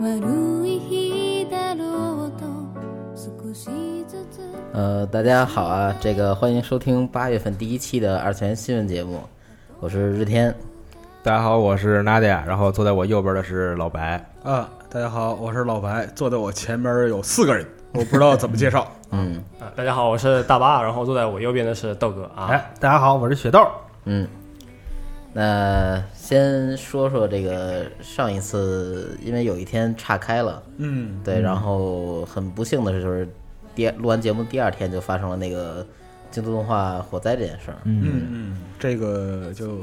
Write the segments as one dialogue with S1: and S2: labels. S1: 悪い日だろうと少しずつ
S2: 呃，大家好啊，这个欢迎收听八月份第一期的二次元新闻节目，我是日天。
S3: 大家好，我是 Nadia，然后坐在我右边的是老白。
S4: 啊，大家好，我是老白，坐在我前面有 四个人，我不知道怎么介绍。
S2: 嗯
S5: 啊，大家好，我是大巴，然后坐在我右边的是豆哥啊。
S6: 哎，大家好，我是雪豆。
S2: 嗯，那先说说这个上一次，因为有一天岔开了，
S4: 嗯，
S2: 对，然后很不幸的是，就是第录完节目第二天就发生了那个京都动画火灾这件事儿。
S4: 嗯嗯，这个就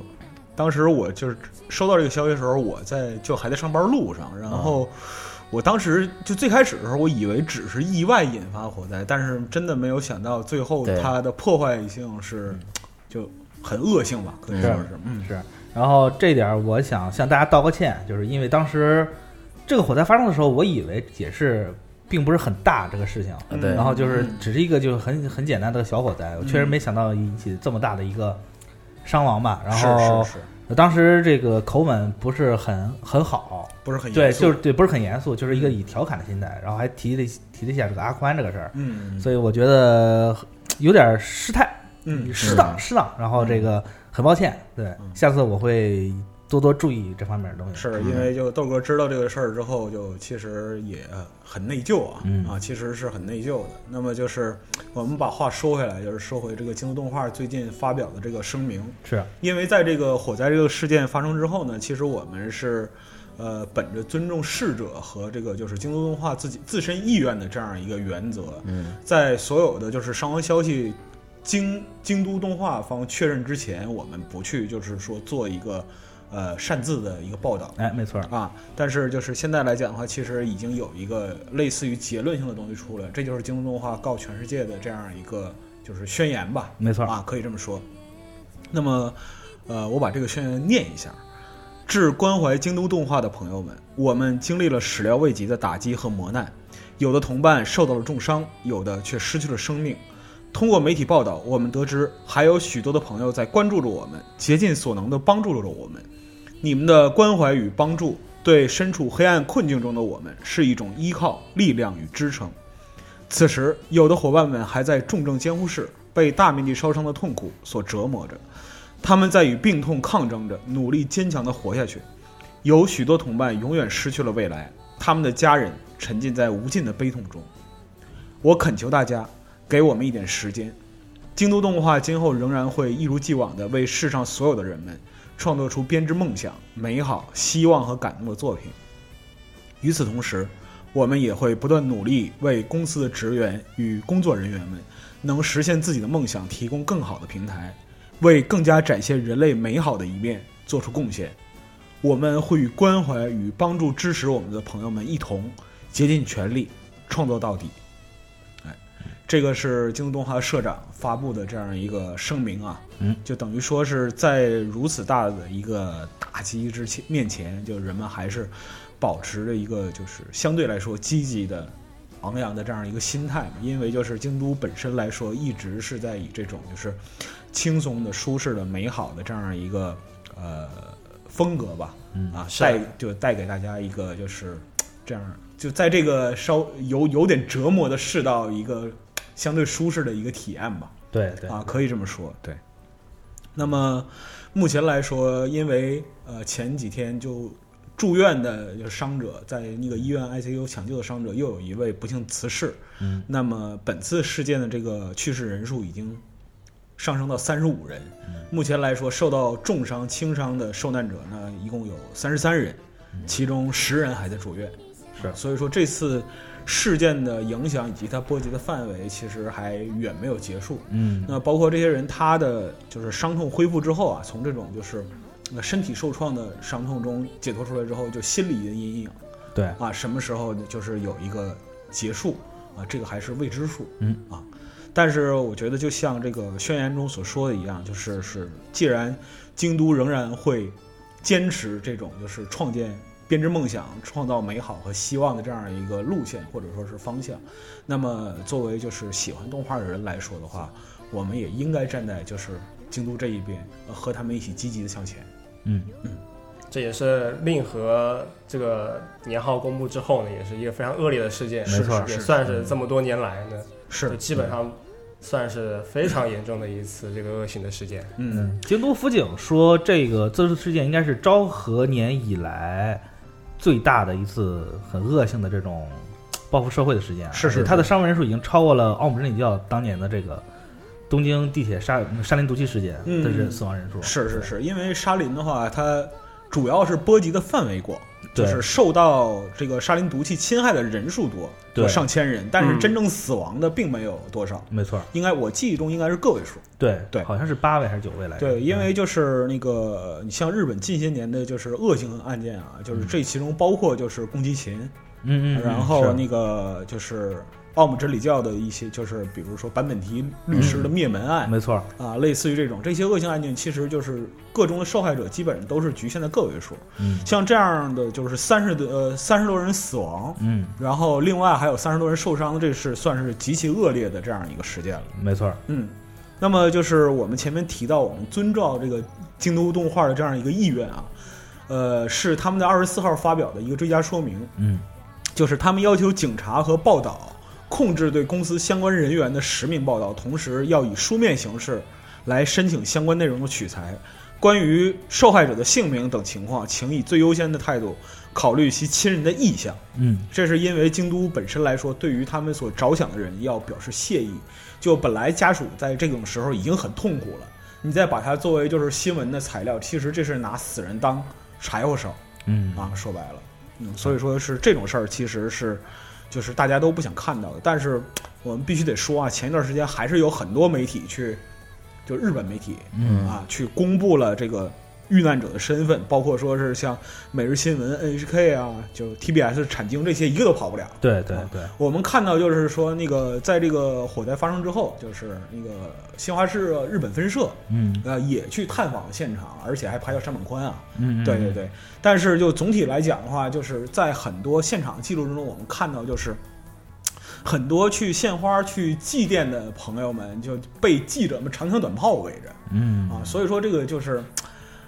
S4: 当时我就是收到这个消息的时候，我在就还在上班路上，然
S6: 哦
S4: 后我当时就最开始的时候，我以为只是意外引发火灾，但是真的没有想到最后
S2: 对
S4: 它的破坏性是就很恶性吧，可以说是，嗯
S6: 嗯是，然后这点儿我想向大家道个歉，就是因为当时这个火灾发生的时候，我以为也是并不是很大这个事情，
S2: 啊对
S6: 然后就是
S4: 嗯
S6: 只是一个就是很很简单的小火灾，我
S3: 嗯
S6: 确实没想到引起这么大的一个伤亡吧。然后
S4: 是是是，
S6: 当时这个口吻不是很很好，
S4: 不是很
S6: 对，
S4: 严肃
S6: 就是对，不是很严肃，就是一个以调侃的心态，然后还提了一提了一下这个阿宽这个事儿，
S4: 嗯
S6: 所以我觉得有点儿失态。
S4: 嗯
S6: 适当适当，然后这个很抱歉，对，下次我会多多注意这方面的东西。
S4: 是因为就豆哥知道这个事儿之后，就其实也很内疚啊、
S6: 嗯
S4: 啊，其实是很内疚的。那么就是我们把话说回来，就是说回这个京都动画最近发表的这个声明，
S6: 是，
S4: 因为在这个火灾这个事件发生之后呢，其实我们是，呃，本着尊重逝者和这个就是京都动画自己自身意愿的这样一个原则，
S2: 嗯，
S4: 在所有的就是伤亡消息京京都动画方确认之前，我们不去就是说做一个呃擅自的一个报道。
S6: 哎，没错，
S4: 啊，但是就是现在来讲的话，其实已经有一个类似于结论性的东西出来，这就是京东动画告全世界的这样一个就是宣言吧，
S6: 没错
S4: 啊，可以这么说。那么，呃，我把这个宣言念一下。致关怀京都动画的朋友们，我们经历了始料未及的打击和磨难，有的同伴受到了重伤，有的却失去了生命。通过媒体报道，我们得知还有许多的朋友在关注着我们，竭尽所能的帮助着我们。你们的关怀与帮助，对身处黑暗困境中的我们是一种依靠、力量与支撑。此时，有的伙伴们还在重症监护室，被大面积烧伤的痛苦所折磨着，他们在与病痛抗争着，努力坚强地活下去。有许多同伴永远失去了未来，他们的家人沉浸在无尽的悲痛中。我恳求大家，给我们一点时间。京都动画今后仍然会一如既往地为世上所有的人们创作出编织梦想、美好、希望和感动的作品。与此同时，我们也会不断努力，为公司的职员与工作人员们能实现自己的梦想提供更好的平台，为更加展现人类美好的一面做出贡献。我们会与关怀与帮助支持我们的朋友们一同竭尽全力，创作到底。哎，这个是京东动画社长发布的这样一个声明啊，
S6: 嗯，
S4: 就等于说是在如此大的一个打击之前面前，就人们还是保持着一个就是相对来说积极的、昂扬的这样一个心态嘛。因为就是京都本身来说，一直是在以这种就是轻松的、舒适的、美好的这样一个呃风格吧，啊，
S5: 是
S4: 带就带给大家一个就是这样，就在这个稍有有点折磨的世道，一个相对舒适的一个体验吧。
S6: 对对，
S4: 啊，可以这么说，对。那么目前来说，因为呃前几天就住院的就是伤者，在那个医院 ICU 抢救的伤者，又有一位不幸辞世。嗯，那么本次事件的这个去世人数已经上升到三十五人。
S6: 嗯
S4: 目前来说，受到重伤、轻伤的受难者呢，一共有三十三人，其中十人还在住院。
S6: 嗯
S4: 啊
S6: 是
S4: 所以说这次事件的影响以及它波及的范围，其实还远没有结束。
S6: 嗯，
S4: 那包括这些人，他的就是伤痛恢复之后啊，从这种就是呃身体受创的伤痛中解脱出来之后，就心理的阴影
S6: 对，
S4: 啊，什么时候就是有一个结束啊，这个还是未知数。
S6: 嗯
S4: 啊，但是我觉得就像这个宣言中所说的一样，就是是既然京都仍然会坚持这种就是创建。编织梦想、创造美好和希望的这样一个路线，或者说是方向。那么，作为就是喜欢动画的人来说的话，我们也应该站在就是京都这一边，呃和他们一起积极的向前。
S6: 嗯，
S5: 这也是令和这个年号公布之后呢，也是一个非常恶劣的事件，
S4: 没错
S5: 也
S4: 是，
S5: 算是这么多年来呢，就是
S4: 嗯
S5: 基本上算是非常严重的一次这个恶性的事件。
S4: 嗯，
S6: 京都府警说，这个这次事件应该是昭和年以来最大的一次很恶性的这种报复社会的事件啊。
S4: 是是
S6: 而且它的伤亡人数已经超过了奥姆真理教当年的这个东京地铁沙沙林毒气事件
S4: 嗯
S6: 的人死亡人数。
S4: 是是是，因为沙林的话，它主要是波及的范围广，就
S6: 对
S4: 是受到这个沙林毒气侵害的人数多，
S6: 对
S4: 有上千人，但是
S5: 嗯
S4: 真正死亡的并没有多少，
S6: 没错，
S4: 应该我记忆中应该是个位数。
S6: 对
S4: 对
S6: 好像是八位还是九位来着？
S4: 对，因
S6: 嗯
S4: 为就是那个，你像日本近些年的就是恶性案件啊，就是这其中包括就是宫崎勤，
S6: 嗯嗯嗯，
S4: 然后
S6: 是
S4: 那个就是奥姆真理教的一些，就是比如说坂本提
S6: 嗯
S4: 律师的灭门案、
S6: 没错，
S4: 啊，类似于这种这些恶性案件，其实就是个中的受害者基本上都是局限在个位数，
S6: 嗯
S4: 像这样的就是三十多呃三十多人死亡。
S6: 嗯，
S4: 然后，另外还有三十多人受伤，这是算是极其恶劣的这样一个事件了。
S6: 没错，
S4: 嗯，那么就是我们前面提到，我们遵照这个京都动画的这样一个意愿啊，呃，是他们在二十四号发表的一个追加说明，
S6: 嗯
S4: 就是他们要求警察和报道控制对公司相关人员的实名报道，同时要以书面形式来申请相关内容的取材。关于受害者的姓名等情况，请以最优先的态度考虑其亲人的意向。
S6: 嗯
S4: 这是因为京都本身来说，对于他们所着想的人要表示谢意。就本来家属在这种时候已经很痛苦了，你再把它作为就是新闻的材料，其实这是拿死人当柴火烧
S6: 嗯
S4: 啊！说白了，嗯，所以说是这种事儿，其实是就是大家都不想看到的。但是我们必须得说啊，前一段时间还是有很多媒体去，就日本媒体
S6: 嗯
S4: 啊，去公布了这个遇难者的身份，包括说是像每日新闻、NHK 啊，就 TBS 产经这些，一个都跑不了。
S6: 对对对，
S4: 我们看到就是说，那个在这个火灾发生之后，就是那个新华社日本分社，
S6: 嗯
S4: 呃，也去探访了现场，而且还拍到山本宽啊。
S6: 嗯，嗯
S4: 对对，对。但是就总体来讲的话，就是在很多现场记录中，我们看到就是很多去献花、去祭奠的朋友们，就被记者们长枪短炮围着。
S6: 嗯
S4: 啊，所以说这个就是，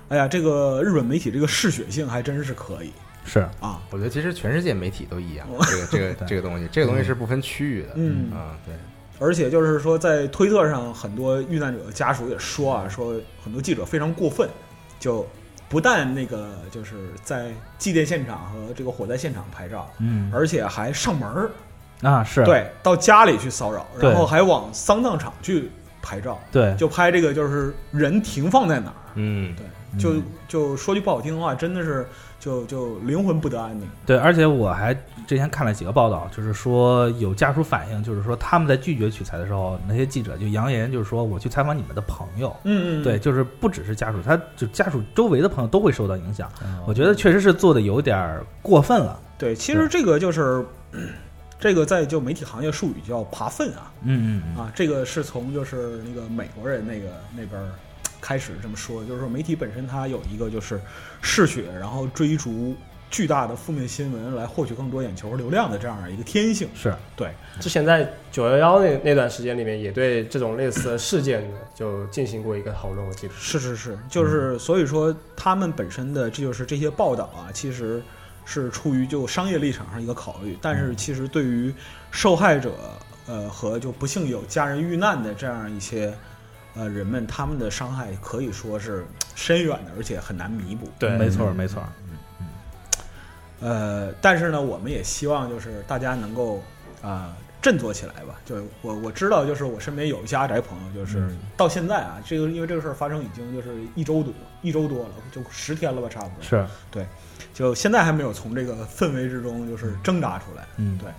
S4: 哎呀，这个日本媒体这个嗜血性还真是可以
S6: 是
S4: 啊，
S3: 我觉得其实全世界媒体都一样
S4: 哦，
S3: 这个这个这个东西，这个东西是不分区域的。
S4: 嗯
S3: 啊，对，
S4: 而且就是说在推特上，很多遇难者的家属也说啊，说很多记者非常过分，就不但那个就是在祭奠现场和这个火灾现场拍照，
S6: 嗯
S4: 而且还上门儿，
S6: 啊是
S4: 对，到家里去骚扰，
S6: 对
S4: 然后还往丧葬场去拍照，
S6: 对
S4: 就拍这个就是人停放在哪儿。
S3: 嗯，
S4: 对，就就说句不好听的话，真的是就就灵魂不得安宁。
S6: 对，而且我还之前看了几个报道，就是说有家属反映，就是说他们在拒绝取材的时候，那些记者就扬言，就是说我去采访你们的朋友。
S4: 嗯嗯，
S6: 对，就是不只是家属，他就家属周围的朋友都会受到影响。
S2: 嗯
S6: 我觉得确实是做的有点儿过分了。
S4: 对，其实这个就是， 这个在就媒体行业术语叫“扒粪”啊
S6: 嗯嗯
S4: 啊，这个是从就是那个美国人那个那边儿开始这么说，就是说媒体本身它有一个就是嗜血，然后追逐巨大的负面新闻来获取更多眼球和流量的这样一个天性。
S6: 是
S4: 对，
S5: 之前在九幺幺那那段时间里面，也对这种类似的事件呢，就进行过一个讨论，我记得。
S4: 是是是，就是所以说他们本身的这就是这些报道啊，其实是出于就商业立场上一个考虑，但是其实对于受害者呃和就不幸有家人遇难的这样一些呃人们，他们的伤害可以说是深远的，而且很难弥补。
S5: 对
S6: 没错儿没错儿。
S4: 嗯呃，但是呢，我们也希望就是大家能够啊、振作起来吧。就是我我知道，就是我身边有一些阿宅朋友，就是
S6: 嗯
S4: 到现在啊，这个因为这个事儿发生已经就是一周多一周多了，就十天了吧，差不多。
S6: 是，
S4: 就现在还没有从这个氛围之中就是挣扎出来，
S6: 嗯
S4: 对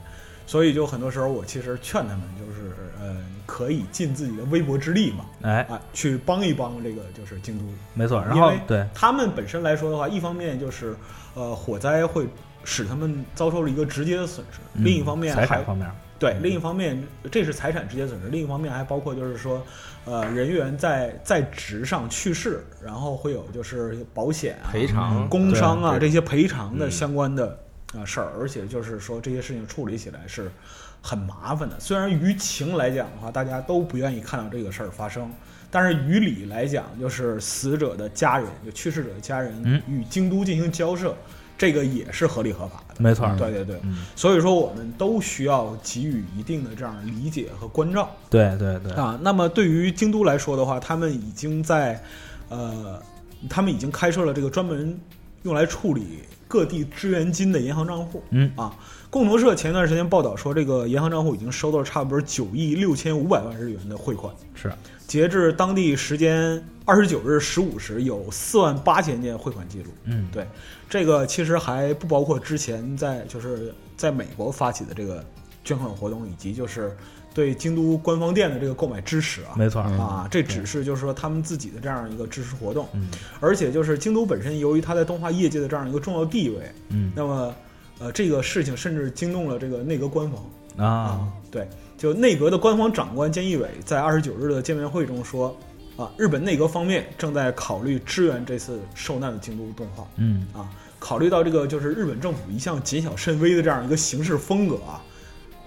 S4: 所以就很多时候我其实劝他们，就是呃，可以尽自己的微薄之力嘛，
S6: 哎，
S4: 啊，去帮一帮这个就是京都
S6: 没错儿。然
S4: 因
S6: 后
S4: 为
S6: 对，
S4: 他们本身来说的话，一方面就是呃火灾会使他们遭受了一个直接的损失，
S6: 嗯
S4: 另一方面
S6: 财
S4: 还
S6: 产方面儿，
S4: 对，
S3: 嗯
S4: 另一方面这是财产直接损失，另一方面还包括就是说，呃人员在在职上去世，然后会有就是保险啊、
S3: 赔偿
S4: 工伤啊
S3: 对
S4: 这些赔偿的
S3: 嗯
S4: 相关的啊事儿，而且就是说这些事情处理起来是很麻烦的。虽然于情来讲的话，大家都不愿意看到这个事儿发生，但是于理来讲，就是死者的家人，就去世者的家
S6: 嗯
S4: 人与京都进行交涉，这个也是合理合法的。
S6: 没错儿，
S4: 对对对，
S6: 嗯
S4: 所以说我们都需要给予一定的这样理解和关照。
S6: 对对对，
S4: 啊。那么对于京都来说的话，他们已经在，呃，他们已经开设了这个专门用来处理各地支援金的银行账户。
S6: 嗯
S4: 啊，共同社前段时间报道说，这个银行账户已经收到了差不多九亿六千五百万日元的汇款。
S6: 是，
S4: 截至当地时间二十九日十五时，有四万八千件汇款记录。
S6: 嗯，
S4: 对，这个其实还不包括之前在就是在美国发起的这个捐款活动，以及就是对京都官方店的这个购买支持啊。
S6: 没嗯错儿，
S4: 啊，这只是就是说他们自己的这样一个支持活动，
S6: 嗯
S4: 而且就是京都本身由于它在动画业界的这样一个重要地位，
S6: 嗯
S4: 那么呃这个事情甚至惊动了这个内阁官方
S6: 啊，
S4: 对，就内阁的官方长官菅义伟在二十九日的见面会中说，啊，日本内阁方面正在考虑支援这次受难的京都动画，
S6: 嗯
S4: 啊，考虑到这个就是日本政府一向谨小慎微的这样一个行事风格啊，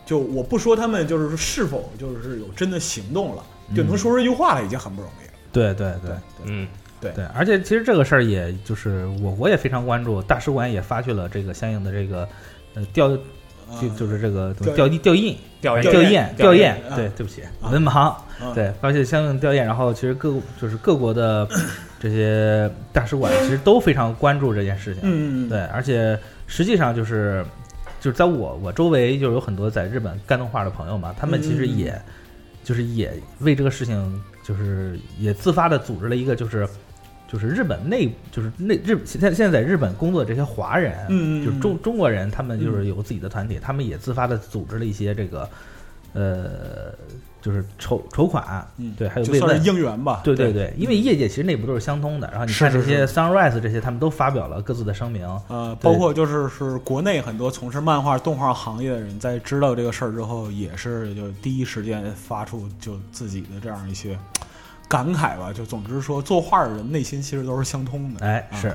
S4: 就我不说他们就是是否就是有真的行动了，就能说出这句话来已经很不容易了。
S6: 对对嗯对
S4: 对
S5: 嗯，
S6: 对，而且其实这个事儿也就是我国也非常关注，大使馆也发去了这个相应的这个呃调
S4: 啊
S6: 就就是这个
S4: 调
S6: 调调印
S5: 调
S4: 调
S6: 调
S4: 研
S6: 研
S4: 调
S6: 调
S4: 研
S6: 研
S4: 啊，
S6: 对，对不起，文盲，
S4: 啊
S6: 对，发现相应调研，然后其实各就是各国的 这些大使馆其实都非常关注这件事情，
S4: 嗯，嗯，
S6: 对，而且实际上就是就是在我我周围就有很多在日本干动画的朋友嘛，他们其实
S4: 嗯嗯嗯
S6: 也就是也为这个事情就是也自发的组织了一个就是。就是日本内，就是内日现在现在在日本工作的这些华人，
S4: 嗯嗯嗯
S6: 就是中中国人，他们就是有自己的团体，他们也自发的组织了一些这个，呃，就是筹筹款，
S4: 嗯
S6: 对，还有
S4: 就
S6: 慰
S4: 算
S6: 问
S4: 是，应援吧。
S6: 对对对，因为业界其实内部都是相通的。然后你
S4: 是
S6: 看这
S4: 是
S6: 些 Sunrise 这些，他们都发表了各自的声明，
S4: 呃，
S6: 对
S4: 包括就是是国内很多从事漫画、动画行业的人，在知道这个事儿之后，也是就第一时间发出就自己的这样一些感慨吧。就总之说，作画的人内心其实都是相通的。
S6: 哎，
S4: 啊
S6: 是，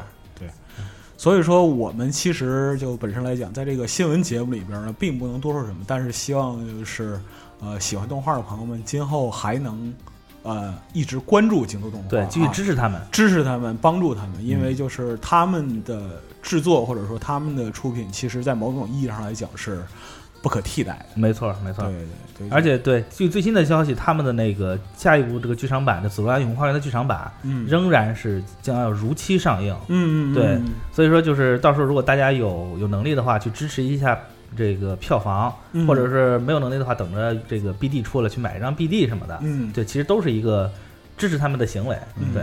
S4: 所以说，我们其实就本身来讲，在这个新闻节目里边呢，并不能多说什么，但是希望就是呃，喜欢动画的朋友们，今后还能呃一直关注京都动画，
S6: 对，继续
S4: 啊
S6: 支嗯持他们，
S4: 支持他们，帮助他们，因为就是他们的制作或者说他们的出品，其实在某种意义上来讲是不可替代的。
S6: 没错没错
S4: 对。对对，
S6: 啊而且对，据最新的消息，他们的那个下一部这个剧场版的《紫罗兰永恒花园》的剧场版，
S4: 嗯
S6: 仍然是将要如期上映。
S4: 嗯嗯嗯
S6: 对
S4: 嗯
S6: 所以说，就是到时候如果大家有有能力的话，去支持一下这个票房，
S4: 嗯
S6: 或者是没有能力的话，等着这个 BD 出了去买一张 BD 什么的，
S4: 嗯，
S6: 对，其实都是一个支持他们的行为，
S4: 嗯
S6: 对，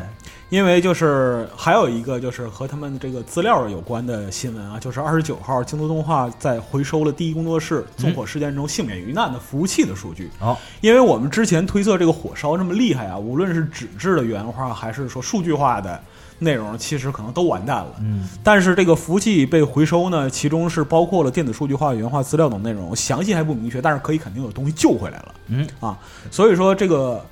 S4: 因为就是还有一个就是和他们这个资料有关的新闻啊，就是二十九号京都动画在回收了第一工作室纵火事件中幸免于难的服务器的数据。
S6: 哦，
S4: 因为我们之前推测这个火烧这么厉害啊，无论是纸质的原画还啊是说数据化的内容，其实可能都完蛋了。
S6: 嗯，
S4: 但是这个服务器被回收呢，其中是包括了电子数据化、原画资料等内容，详细还不明确，但是可以肯定有东西救回来了。
S6: 嗯
S4: 啊，所以说这个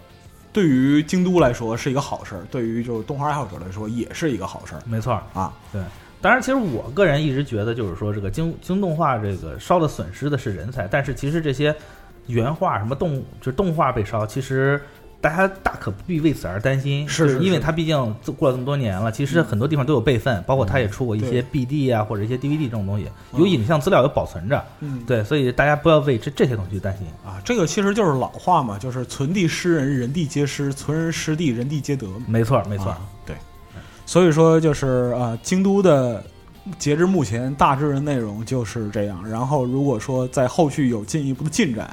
S4: 对于京都来说是一个好事儿，对于就是动画爱好者来说也是一个好事儿
S6: 没错儿。
S4: 啊。
S6: 当然，其实我个人一直觉得，就是说这个京京动画这个烧的损失的是人才，但是其实这些原画什么动就是动画被烧，其实大家大可不必为此而担心，
S4: 是是
S6: 就因为
S4: 是嗯
S6: 它毕竟过了这么多年了，其实很多地方都有备份，包括它也出过一些 BD 啊或者一些 DVD 这种东西，有
S4: 嗯
S6: 影像资料有保存着，
S4: 嗯，
S6: 对，所以大家不要为这这些东西担心。
S4: 啊，这个其实就是老话嘛，就是存地失人，人地皆失；存人失地，人地皆得嘛。
S6: 没错，没错，
S4: 啊对。所以说就是呃，京都的截至目前大致的内容就是这样。然后如果说在后续有进一步的进展，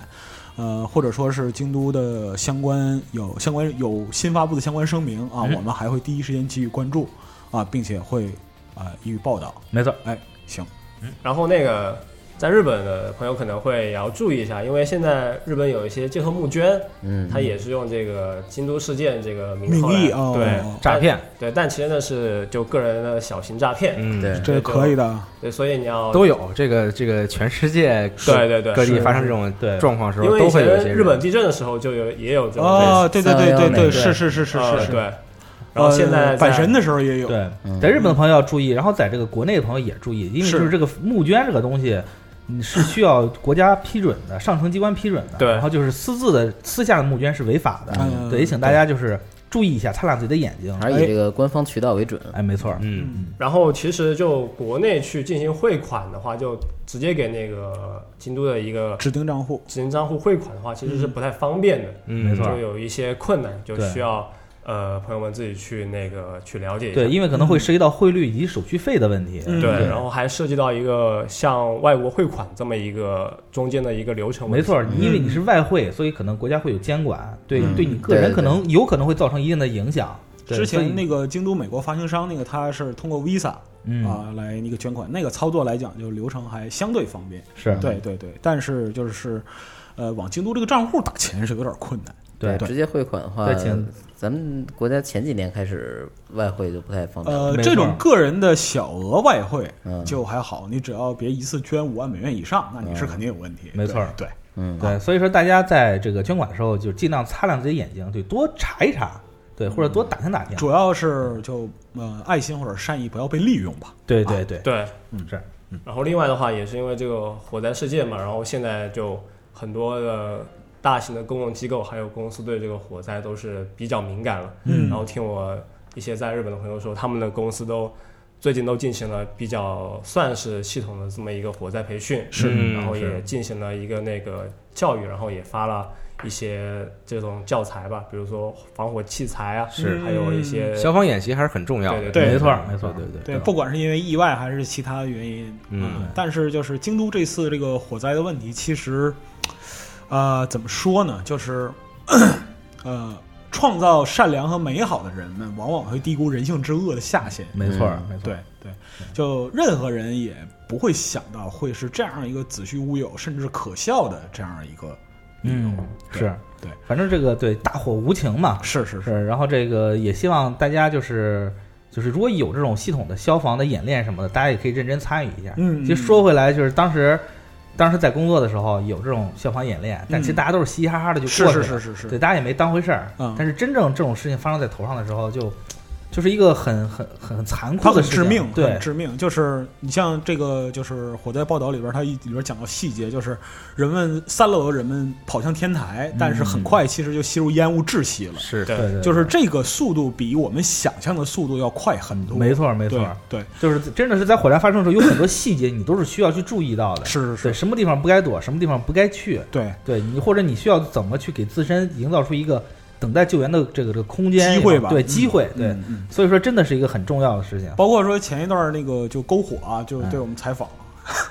S4: 呃，或者说是京都的相关有相关有新发布的相关声明啊，
S6: 嗯
S4: 我们还会第一时间给予关注啊，并且会啊、呃、予以报道。
S6: 没错，
S4: 哎，行，
S5: 然后那个在日本的朋友可能会也要注意一下，因为现在日本有一些街头募捐，
S2: 嗯，
S5: 它也是用这个京都事件这个名
S4: 名
S5: 号来
S4: 义啊，哦
S5: 对
S4: 哦
S6: 诈骗
S5: 对，但其实那是就个人的小型诈骗，
S3: 嗯，
S2: 对，
S4: 这可以的。
S5: 对，所以你要
S3: 都有这个这个全世界各
S5: 哦对对对
S3: 各地
S5: 是
S3: 发生这种
S6: 对
S3: 状况时
S5: 因
S3: 候，
S5: 为
S3: 都
S5: 以
S3: 会
S5: 前
S3: 有一些人
S5: 日本地震的时候就有也有这种类似
S4: 哦，对对对对对，
S2: 对
S4: 哦是是是是
S5: 呃
S4: 是是，
S5: 对。然后现在
S4: 呃返
S5: 在
S4: 神的时候也有，
S6: 对，
S2: 嗯
S6: 在日本的朋友要注意，然后在这个国内的朋友也注意，因为
S4: 是
S6: 就是这个募捐这个东西，你是需要国家批准 的，上层机关批准的。
S5: 对
S6: 然后就是私自的、私下的募捐是违法的。
S4: 嗯
S6: 对，也请大家就是注意一下，擦亮自己的眼睛。
S2: 还是以这个官方渠道为准。
S6: 哎，没错，
S3: 嗯，
S5: 然后其实就国内去进行汇款的话，就直接给那个京都的一个
S4: 指定账户。
S5: 指定账户汇款的话，其实是不太方便的，
S3: 嗯
S6: 没错
S5: 就有一些困难，就
S6: 对
S5: 需要呃朋友们自己去那个去了解一下。
S6: 对，因为可能会涉及到汇率以及手续费的问题。
S4: 嗯
S5: 对
S6: 对
S5: 然后还涉及到一个向外国汇款这么一个中间的一个流程问
S6: 没
S5: 题。
S6: 错，因为你是外汇，所以可能国家会有监管，对
S2: 嗯
S6: 对你个
S2: 对
S6: 人
S2: 对
S6: 可能有可能会造成一定的影响。对
S4: 之
S6: 所以
S4: 前那个京都美国发行商那个，他是通过 Visa 啊、
S6: 嗯
S4: 来那个捐款，那个操作来讲就流程还相对方便。
S6: 是
S4: 对对对，但是就是，呃，往京都这个账户打钱是有点困难。
S6: 对
S2: 直接汇款的话
S6: 对请，
S2: 咱们国家前几年开始外汇就不太方便。
S4: 呃，
S6: 嗯没错
S4: 这种个人的小额外汇
S2: 嗯
S4: 就还好，你只要别一次捐五万美元以上，那你是肯定有问题。
S6: 嗯没错
S4: 对，
S2: 嗯，
S6: 对，所以说大家在这个捐款的时候，就尽量擦亮自己眼睛，对，多查一查，
S4: 嗯
S6: 对，或者多打听打
S4: 对
S6: 听，
S4: 主要是就呃爱心或者善意不要被利用吧。
S6: 对对对，
S5: 对，
S6: 嗯是，
S5: 然后另外的话，也是因为这个火灾事件嘛，然后现在就很多的大型的公共机构还有公司对这个火灾都是比较敏感了。
S4: 嗯
S5: 然后听我一些在日本的朋友说，他们的公司都最近都进行了比较算是系统的这么一个火灾培训，嗯
S3: 是
S5: 然后也
S3: 是
S5: 进行了一个那个教育，然后也发了一些这种教材吧，比如说防火器材啊，
S4: 是
S5: 还有一些
S3: 嗯消防演习还是很重要的，
S5: 对对
S4: 对
S6: 没错没错
S3: 对对
S4: 对，不管是因为意外还是其他原因，
S3: 嗯
S4: 但是就是京都这次这个火灾的问题，其实，呃，怎么说呢？就是， 呃，创造善良和美好的人们，往往会低估人性之恶的下限。
S6: 没错
S2: 嗯
S6: 没错，
S4: 对对，就任何人也不会想到会是这样一个子虚乌有，甚至可笑的这样一个理由。
S6: 嗯是
S4: 对，
S6: 反正这个对大火无情嘛，
S4: 是是是，
S6: 是，然后这个也希望大家就是就是如果有这种系统的消防的演练什么的，大家也可以认真参与一下。
S4: 嗯
S6: 其实说回来，就是当时当时在工作的时候有这种消防演练，但其实
S4: 嗯
S6: 大家都是嘻嘻哈哈的就是过去
S4: 是
S6: 了，
S4: 是是是
S6: 对，，大家也没当回事儿。
S4: 嗯
S6: 但是真正这种事情发生在头上的时候就，就是一个很很很残
S4: 它
S6: 酷
S4: 很
S6: 的事
S4: 致
S6: 情，
S4: 命，
S6: 对
S4: 很，致命。就是你像这个，就是火灾报道里边，它一里边讲到细节，就是人们三楼的人们跑向天台，但是
S6: 嗯
S4: 很快其实就吸入烟雾窒息了。
S3: 是
S5: 对
S6: 对对，
S4: 就是这个速度比我们想象的速度要快很多。
S6: 没，错没
S4: 对
S6: 错，
S4: 对，
S6: 就是真的是在火灾发生的时候，有很多细节你都是需要去注意到的。
S4: 是
S6: 对，
S4: 是是，
S6: 什么地方不该躲，什么地方不该去，
S4: 对，
S6: 对你或者你需要怎么去给自身营造出一个等待救援的这个这个空间也好
S4: 机会吧
S6: 对
S4: 嗯
S6: 机会，对
S4: 嗯，嗯
S6: 所以说真的是一个很重要的事情。
S4: 包括说前一段那个就篝火啊，就是对我们采访。
S6: 嗯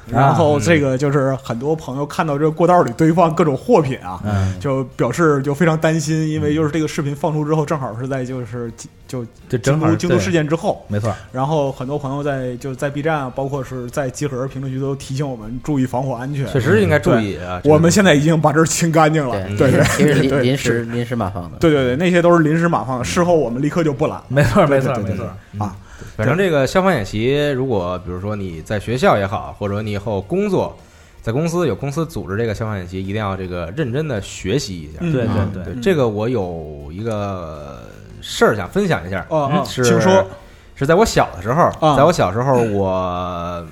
S4: 然后这个就是很多朋友看到这个过道里堆放各种货品啊，
S6: 嗯，
S4: 就表示就非常担心，因为就是这个视频放出之后，正好是在就是就
S6: 这
S4: 京
S6: 正好
S4: 都京都
S6: 对
S4: 事件之后，
S6: 没错，
S4: 然后很多朋友在就是在 B 站啊，包括是在集合评论区都提醒我们注意防火安全。
S3: 确实应该注意啊。这个
S4: 我们现在已经把这儿清干净了。
S2: 对
S4: 对对，
S2: 其实
S4: 对
S2: 临
S4: 对
S2: 临时临时码放的。
S4: 对对对，那些都是临时码放的，事后我们立刻就不拦了。
S6: 没错，没错，
S4: 对
S6: 没
S4: 对对
S6: 错。
S3: 嗯
S4: 啊，
S3: 反正这个消防演习，如果比如说你在学校也好，或者你以后工作，在公司有公司组织这个消防演习，一定要这个认真的学习一下。
S4: 嗯
S6: 对
S3: 啊
S6: 对对
S3: 这个我有一个事儿想分享一下，嗯
S4: 哦哦，
S3: 是
S4: 请说。
S3: 是在我小的时候，
S4: 啊
S3: 在我小时候，我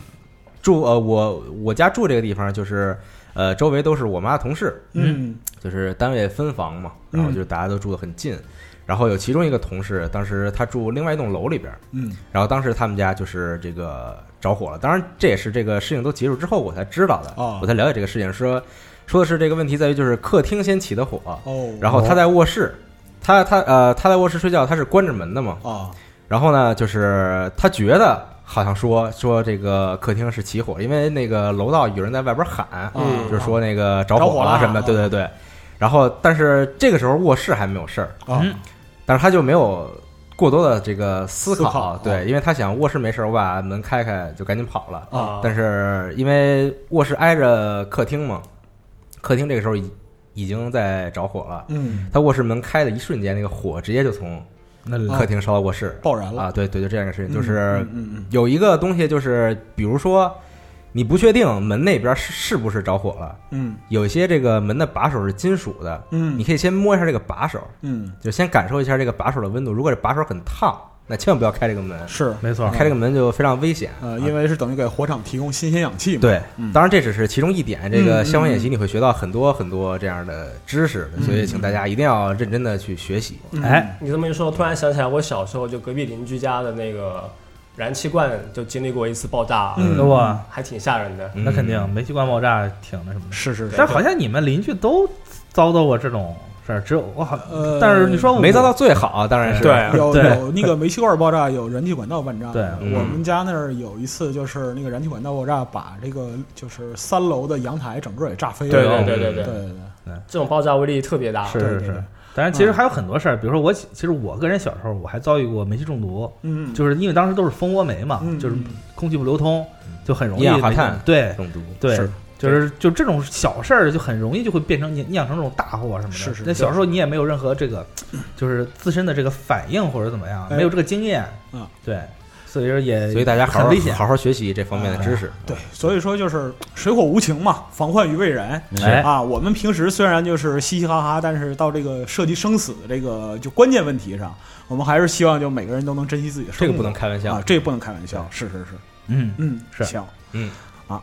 S3: 住呃我我家住这个地方就是呃周围都是我妈的同事，
S4: 嗯
S3: 就是单位分房嘛，然后
S4: 嗯
S3: 就大家都住得很近。然后有其中一个同事，当时他住另外一栋楼里边，
S4: 嗯
S3: 然后当时他们家就是这个着火了，当然这也是这个事情都结束之后我才知道的，
S4: 哦
S3: 我才了解这个事情。说说的是这个问题在于就是客厅先起的火，
S4: 哦，
S3: 然后他在卧室，他他呃他在卧室睡觉，他是关着门的嘛，
S4: 啊
S3: 然后呢就是他觉得好像说说这个客厅是起火，因为那个楼道有人在外边喊，
S4: 嗯
S3: 就是说那个着
S4: 着
S3: 火
S4: 火了
S3: 什么的，
S4: 啊
S3: 对对对。然后但是这个时候卧室还没有事儿，
S4: 啊
S6: 嗯
S3: 但是他就没有过多的这个思考，
S4: 思考
S3: 对，
S4: 哦
S3: 因为他想卧室没事，我把门开开就赶紧跑了。
S5: 啊，
S3: 但是因为卧室挨着客厅嘛，客厅这个时候已已经在着火了。
S4: 嗯，
S3: 他卧室门开的一瞬间，那个火直接就从
S6: 那
S3: 客厅烧到卧室啊
S4: 爆燃了
S3: 啊！对对，就这样一个事
S4: 嗯
S3: 情，就是
S4: 嗯嗯嗯
S3: 有一个东西，就是比如说你不确定门那边是是不是着火了。
S4: 嗯
S3: 有些这个门的把手是金属的，
S4: 嗯
S3: 你可以先摸一下这个把手，
S4: 嗯，
S3: 就先感受一下这个把手的温度。如果这把手很烫，那千万不要开这个门，
S4: 是
S6: 没错，
S3: 开这个门就非常危险。
S4: 呃，因为是等于给火场提供新鲜氧气嘛。，
S3: 对
S4: 嗯，
S3: 当然这只是其中一点。这
S4: 嗯嗯
S3: 个消防演习你会学到很多很多这样的知识，
S4: 嗯
S3: 所以请大家一定要认真的去学习。
S6: 哎，
S5: 你这么一说，突然想起来，我小时候就隔壁邻居家的那个燃气罐就经历过一次爆炸，
S4: 嗯
S6: 哇，
S5: 还挺吓人的。
S6: 那肯定
S3: 嗯
S6: 煤气罐爆炸挺那什么的。
S4: 是是是。
S6: 但好像你们邻居都遭到过这种事儿，只有我好，
S4: 呃，
S6: 但是你说我
S3: 没遭到最好，当然是
S5: 对啊
S4: 有
S6: 哦对
S4: 有那个煤气罐爆炸，有燃气管道爆炸。
S6: 对
S3: 嗯
S4: 我们家那儿有一次就是那个燃气管道爆炸，把这个就是三楼的阳台整个给炸飞了。
S5: 对
S3: 哦
S5: 对对
S4: 对
S5: 对对，
S4: 对对，
S5: 这种爆炸威力特别大。
S6: 是
S4: 对
S6: 是
S4: 对对
S6: 是。当然，其实
S4: 嗯
S6: 还有很多事儿，比如说我，其实我个人小时候我还遭遇过煤气中毒，
S4: 嗯，
S6: 就是因为当时都是蜂窝煤嘛，
S4: 嗯
S6: 就是空气不流通，就很容易
S3: 一氧化碳
S6: 对
S3: 中毒。
S6: 对
S4: 是，
S6: 就是就这种小事儿，就很容易就会变成酿酿成这种大祸什么的。
S4: 是是
S6: 那小时候你也没有任何这个，就是自身的这个反应或者怎么样，
S4: 哎
S6: 没有这个经验
S4: 嗯
S6: 对，所以说也
S3: 所以大家好
S6: 很
S3: 好
S6: 危险。
S3: 好好学习这方面的知识。
S4: 对，所以说就是水火无情嘛，防患于未然。
S6: 哎，
S4: 啊，我们平时虽然就是嘻嘻哈哈，但是到这个涉及生死的这个就关键问题上，我们还是希望就每个人都能珍惜自己的
S3: 这
S4: 生
S3: 个
S4: 活。
S3: 不能开玩笑
S4: 啊，。这个不能开玩笑。是是是，
S6: 嗯，
S4: 嗯，
S6: 是
S4: 行，
S3: 嗯
S4: 啊，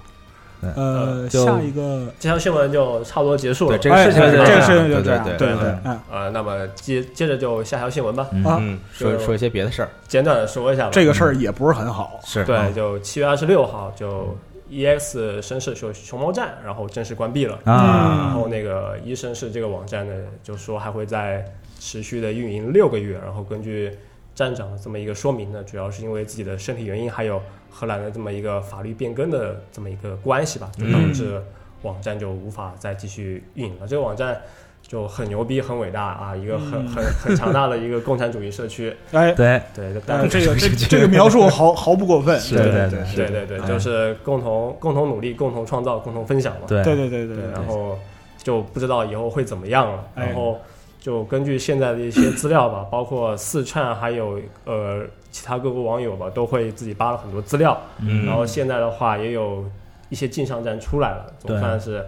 S6: 嗯
S4: 呃，
S6: 就
S4: 下一个
S5: 这条新闻就差不多结束了。
S3: 对这个事情
S4: 哎
S3: 是
S4: 对
S3: 这
S4: 这个
S3: 样
S4: 事情就
S3: 对
S4: 这
S3: 对
S4: 样，
S3: 对
S4: 对
S5: 对
S4: 对
S5: 对，
S4: 嗯，
S5: 呃，那么接接着就下条新闻吧，
S6: 嗯
S4: 啊
S3: 嗯，说
S5: 就
S3: 说一些别的事儿。
S5: 简短的说一下吧。
S4: 这个事儿也不是很好。
S3: 是
S5: 对，就七月二十六号，就 E EX 绅士熊熊猫站，然后正式关闭了。
S3: 嗯
S5: 然
S6: 啊，
S5: 后那个医生是这个网站呢，就说还会再持续的运营六个月。然后根据站长的这么一个说明呢，主要是因为自己的身体原因，还有荷兰的这么一个法律变更的这么一个关系吧，就导致网站就无法再继续运营了。这个网站就很牛逼、很伟大啊，一个很很很强大的一个共产主义社区。
S4: 哎，
S6: 对，
S5: 对，但
S4: 呃，这个 这这个描述毫毫不过分。
S6: 对对对
S5: 对对对，就是哎共同共同努力、共同创造、共同分享嘛。
S6: 对
S4: 对对对
S5: 对
S4: 对，
S5: 然后就不知道以后会怎么样了。
S4: 哎
S5: 然后就根据现在的一些资料吧，包括四川还有呃其他各国网友吧，都会自己扒了很多资料。
S3: 嗯
S5: 然后现在的话，也有一些进上站出来了，总
S6: 对
S5: 算是。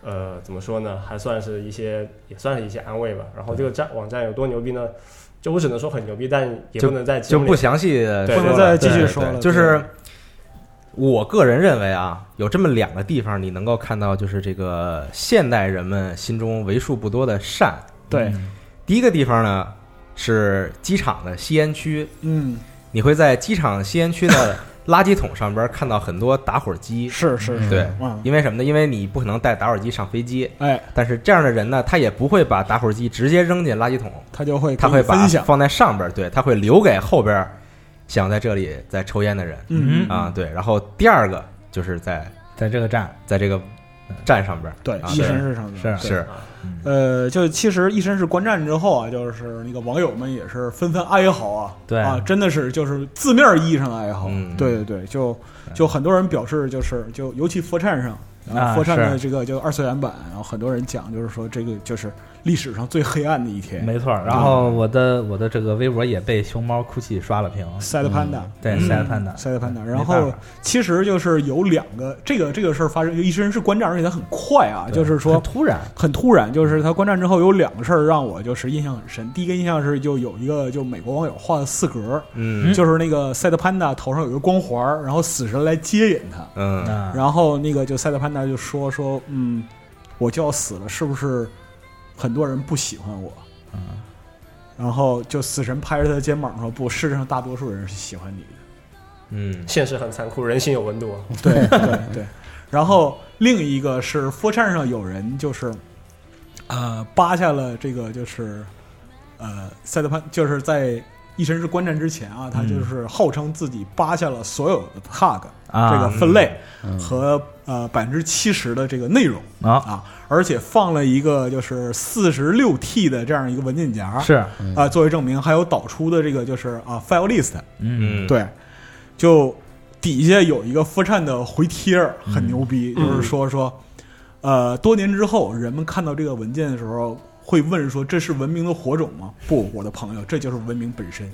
S5: 呃，怎么说呢？还算是一些，也算是一些安慰吧。然后这个站网站有多牛逼呢？就我只能说很牛逼，但也不能在节
S3: 就
S5: 目里
S3: 不详细地
S5: 对
S3: 说
S5: 不能
S3: 了
S4: 再继续
S3: 对
S4: 说
S3: 对
S4: 了
S3: 就是我个人认为啊，有这么两个地方，你能够看到，就是这个现代人们心中为数不多的善。
S4: 对，
S3: 第一个地方呢是机场的吸烟区，
S4: 嗯，
S3: 你会在机场吸烟区的垃圾桶上边看到很多打火机。
S4: 是是是，
S3: 对
S4: 嗯，
S3: 因为什么呢？因为你不可能带打火机上飞机，
S4: 哎，
S3: 但是这样的人呢，他也不会把打火机直接扔进垃圾桶，
S4: 他就会
S3: 他
S4: 给
S3: 会
S4: 你
S3: 把
S4: 分享，
S3: 放在上边儿，对，他会留给后边儿想在这里在抽烟的人
S4: 嗯
S6: 嗯
S3: 啊，对。然后第二个就是在
S6: 在这个站
S3: 在这个呃站上边儿，
S4: 对，
S3: 啊
S4: 一身是上面
S6: 是
S4: 对
S3: 是
S4: 呃，就其实一身是观战之后啊，就是那个网友们也是纷纷哀嚎啊，
S6: 对
S4: 啊，真的是就是字面意义上的哀嚎，
S3: 嗯
S4: 对对对，就就很多人表示就是就尤其佛忏上。
S6: 啊
S4: 佛忏的
S6: 是
S4: 这个就二次元版，然后很多人讲，就是说这个就是历史上最黑暗的一天。
S6: 没错儿。然后我的我的这个微博也被熊猫哭泣刷了屏，
S4: Sad Panda，
S6: 对，
S4: 嗯
S6: 塞潘达，
S4: 塞德潘达。
S6: 没
S4: 然
S6: 办
S4: 后
S6: 法
S4: 其实就是有两个这个这个事儿发生，就一身是观战，而且它很快啊，就是说
S6: 很突然，
S4: 很突然，就是他观战之后有两个事儿让我就是印象很深。第一个印象是，就有一个就美国网友画的四格，
S3: 嗯
S4: 就是那个赛德潘达头上有一个光环儿，然后死神来接引他，
S3: 嗯
S6: 啊
S4: 然后那个就赛德潘达就说说，嗯，我就要死了，是不是很多人不喜欢我？
S3: 嗯
S4: 然后就死神拍着他的肩膀说：“不，世上大多数人是喜欢你的。”
S3: 嗯
S5: 现实很残酷，人心有温度啊。
S4: 对 对对。然后另一个是 f o r 上有人就是，呃，扒下了这个就是，呃，赛德潘就是在一身是观战之前啊，他就是号称自己扒下了所有的 tag、
S6: 啊嗯
S4: 这个分类和、呃百分之七十的这个内容
S6: 啊
S4: 啊，而且放了一个就是四十六 T 的这样一个文件夹
S6: 是
S4: 啊、作为证明，还有导出的这个就是啊 file list。
S6: 嗯
S3: 嗯，
S4: 对，就底下有一个夫颤的回贴儿，
S6: 嗯
S4: 很牛逼，就是说说，呃，多年之后，人们看到这个文件的时候，会问说这是文明的火种吗？不，我的朋友，这就是文明本身。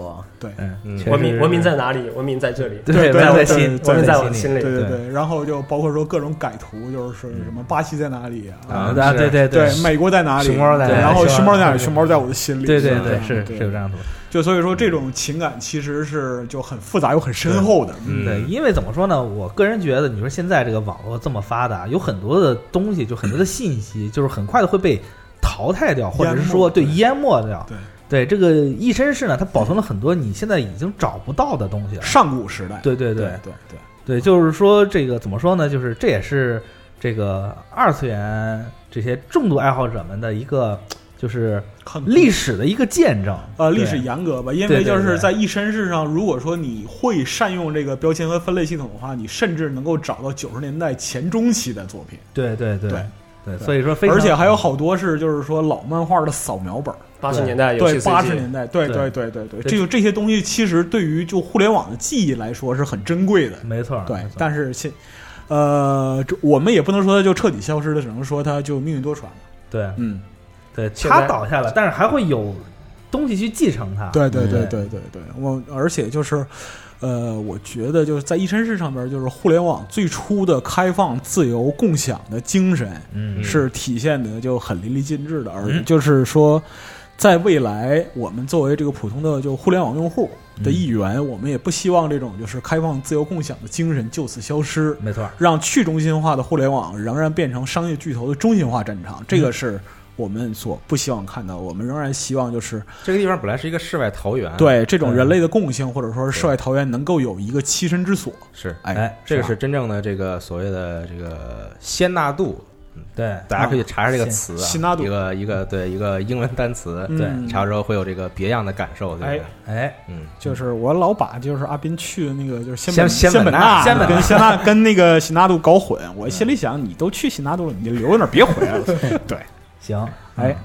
S2: 哇，
S4: 对，
S6: 嗯，
S3: 嗯
S6: 确实
S5: 文明文明在哪里？文明在这里，
S6: 对，
S5: 在
S6: 文
S5: 我
S6: 在心，
S5: 文明在我
S6: 心里。
S5: 心里。
S4: 对
S6: 对
S4: 对
S6: 嗯
S4: 对，然后就包括说各种改图，就是什么巴西在哪里啊？
S3: 啊
S6: 啊，
S3: 是
S6: 对对
S4: 对，美国在哪里？
S6: 熊猫在哪里
S4: 然后
S6: 熊猫
S4: 熊猫在哪
S6: 在哪
S4: 里？
S6: 里
S4: 熊猫在我的心里。
S6: 对对
S4: 吧
S6: 对，是
S4: 对
S6: 是有这样的图。
S4: 就所以说这种情感其实是就很复杂又很深厚的。
S3: 嗯
S6: 对，因为怎么说呢？我个人觉得，你说现在这个网络这么发达，有很多的东西，就很多的信 息，就是很快的会被淘汰掉，或者是说
S4: 淹没
S6: 对淹没掉。
S4: 对
S6: 对，这个一身是呢，它保存了很多你现在已经找不到的东西了。
S4: 上古时代，
S6: 对对
S4: 对
S6: 对
S4: 对对，
S6: 对，就是说这个怎么说呢？就是这也是这个二次元这些重度爱好者们的一个，就是
S4: 看
S6: 历史的一个见证。
S4: 呃，历史
S6: 对
S4: 严格吧，因
S6: 对
S4: 为
S6: 对
S4: 就是
S6: 对
S4: 在一身世上，如果说你会善用这个标签和分类系统的话，你甚至能够找到九十年代前中期的作品，
S6: 对对对
S4: 对
S6: 对，所以说非常，
S4: 而且还有好多是就是说老漫画的扫描本儿，
S5: 八十年代游戏
S4: 对，
S5: 随
S4: 八
S5: 机
S4: 十年代，对对
S6: 对
S4: 对对对，
S6: 对
S4: 这就这些东西其实对于就互联网的记忆来说是很珍贵的，
S6: 没错，
S4: 对
S6: 嗯没错，
S4: 但是现。呃，这我们也不能说它就彻底消失了，只能说它就命运多舛了。
S6: 对
S4: 嗯，
S6: 对，
S5: 现
S6: 它
S5: 在
S6: 倒下了，但是还会有东西去继承它。
S4: 对对对
S6: 对
S4: 对对对，我而且就是，呃，我觉得就是在一身市上边，就是互联网最初的开放、自由、共享的精神
S6: 嗯，
S4: 是体现的就很淋漓尽致的，而
S6: 嗯
S4: 就是说。在未来，我们作为这个普通的就互联网用户
S6: 嗯
S4: 的一员，我们也不希望这种就是开放、自由、共享的精神就此消失，
S6: 没错，
S4: 让去中心化的互联网仍然变成商业巨头的中心化战场。
S6: 嗯
S4: 这个是我们所不希望看到，我们仍然希望就是
S3: 这个地方本来是一个世外桃源，，
S4: 啊对这种
S6: 对
S4: 人类的共性，或者说世外桃源能够有一个栖身之所。
S3: 是，
S6: 哎
S3: 这个
S4: 吧
S3: 是真正的这个所谓的这个仙纳度，
S6: 对
S3: 大家可以查查这个
S6: 仙
S3: 词啊，
S4: 仙纳度
S3: 一个一个对一个英文单词，
S4: 嗯
S3: 对，查之后会有这个别样的感受，对不对
S4: 哎？
S6: 哎，
S3: 嗯，
S4: 就是我老把就是阿斌去的那个就是仙
S3: 仙仙
S4: 仙
S3: 本那
S4: 那
S3: 仙本那
S4: 跟仙那跟那个西纳度搞混，我心里想你都去西纳度了，你就留在那儿别回 来了。对，
S6: 行，
S4: 哎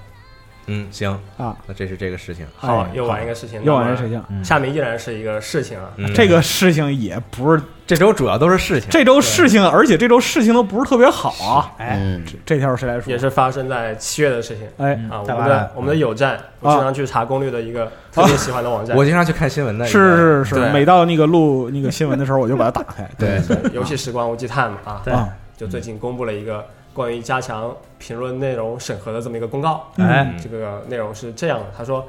S3: 嗯，行，
S4: 啊，
S3: 那这是这个事情，
S5: 好
S4: 哎，
S5: 又玩一个事情，
S4: 又往人谁讲？
S6: 嗯
S5: 下面依然是一个事情啊，
S3: 嗯
S4: 这个事情也不是
S3: 这周主要都是事情，
S4: 这周事情，而且这周事情都不是特别好啊。
S6: 哎，
S2: 嗯，
S4: 这条谁来说
S5: 也？是发生在七月的事情
S4: 哎，
S6: 嗯
S5: 啊。我
S6: 大
S5: 们
S6: 巴
S5: 的
S6: 拉
S5: 我们的有站，我经常去查攻略的一个特别喜欢的网站
S3: 我，经常去看新闻的，
S4: 是是
S5: 对
S4: 是，每到那个录那个新闻的时候，我就把它打开。
S3: 对
S5: 对游戏时光无忌 time 啊，
S6: 对，
S4: 啊，
S5: 就最近公布了一个关于加强评论内容审核的这么一个公告。
S6: 哎，
S5: 这个内容是这样的，他说，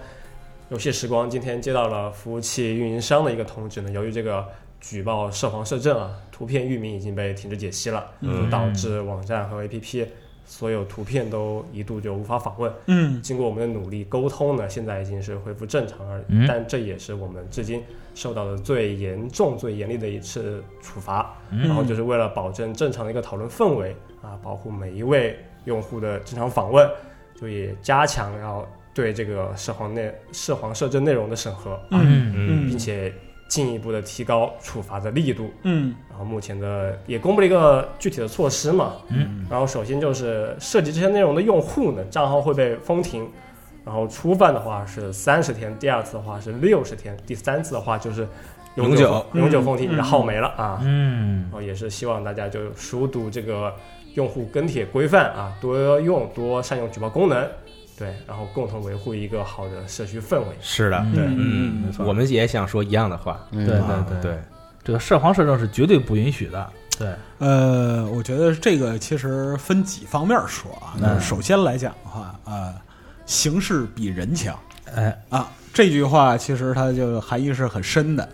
S5: 游戏时光今天接到了服务器运营商的一个通知呢，由于这个举报涉黄涉政啊，图片域名已经被停止解析了，
S3: 嗯
S5: 就导致网站和 APP 所有图片都一度就无法访问。
S4: 嗯
S5: 经过我们的努力沟通呢，现在已经是恢复正常了，
S6: 嗯
S5: 但这也是我们至今受到的最严重、最严厉的一次处罚。
S6: 嗯
S5: 然后就是为了保证正常的一个讨论氛围啊，保护每一位用户的正常访问，就也加强要对这个涉黄内涉黄涉政内容的审核，啊
S4: 嗯
S3: 嗯
S5: 并且进一步的提高处罚的力度。
S4: 嗯
S5: 然后目前的也公布了一个具体的措施嘛，
S6: 嗯，
S5: 然后首先就是涉及这些内容的用户呢，账号会被封停，然后初犯的话是三十天，第二次的话是六十天，第三次的话就是永
S3: 永久
S5: 永久
S4: 嗯
S5: 封停，你的
S4: 嗯
S5: 号没了啊。
S6: 嗯
S5: 然，后也是希望大家就熟读这个用户跟帖规范啊，多用多善用举报功能，对，然后共同维护一个好的社区氛围。
S3: 是的，
S6: 对
S4: 嗯
S6: 没错
S3: 我们也想说一样的话，
S2: 嗯
S6: 对
S3: 啊
S6: 对
S3: 对，
S6: 这个涉黄涉政是绝对不允许的。对，
S4: 呃，我觉得这个其实分几方面说啊。
S6: 嗯
S4: 首先来讲的话，呃，形势比人强
S6: 哎，
S4: 啊，这句话其实它就含义是很深的。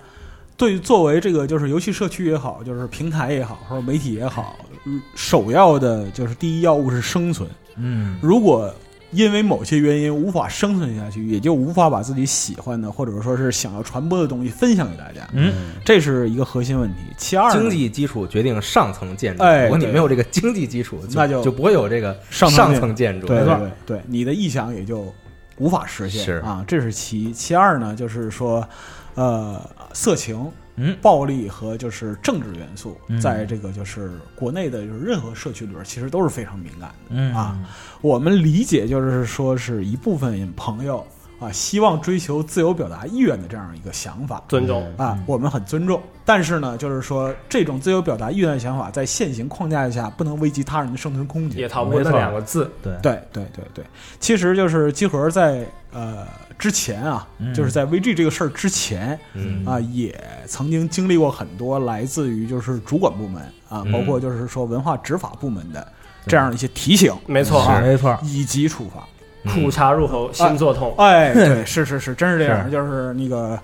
S4: 对于作为这个就是游戏社区也好，就是平台也好，或者媒体也好，嗯首要的就是第一要务是生存。
S6: 嗯，
S4: 如果因为某些原因无法生存下去，也就无法把自己喜欢的或者说是想要传播的东西分享给大家，
S6: 嗯，
S4: 这是一个核心问题。其二呢，
S3: 经济基础决定上层建筑，
S4: 哎
S3: 如果你
S4: 对
S3: 没有这个经济基础，
S4: 那
S3: 就
S4: 就
S3: 就不会有这个
S4: 上层
S3: 上
S4: 建
S3: 层建筑，
S4: 对
S3: 没
S4: 对
S3: 错
S4: 对对，你的臆想也就无法实现
S3: 是
S4: 啊，这是其一。其二呢，就是说，呃，色情、
S6: 嗯
S4: 暴力和就是政治元素
S6: 嗯，
S4: 在这个就是国内的就是任何社区里边，其实都是非常敏感的。
S6: 嗯
S4: 啊，我们理解就是说是一部分朋友。啊，希望追求自由表达意愿的这样一个想法
S5: 尊重。
S4: 啊，我们很尊重。但是呢，就是说这种自由表达意愿的想法，在现行框架下不能危及他人的生存空
S5: 也
S4: 间。
S5: 逃不过
S6: 没
S5: 那
S6: 错
S5: 两个字，
S6: 对
S4: 对对对对，其实就是集合在呃之前啊，
S6: 嗯
S4: 就是在 VG 这个事儿之前，
S3: 嗯
S4: 啊，也曾经经历过很多来自于就是主管部门啊，
S3: 嗯
S4: 包括就是说文化执法部门的这样一些提醒
S5: 没错，啊
S3: 是
S6: 没错，
S4: 以及处罚。
S5: 苦茶入喉，心作痛。
S4: 哎， 对，是是是，真是这样。
S6: 是
S4: 就是那个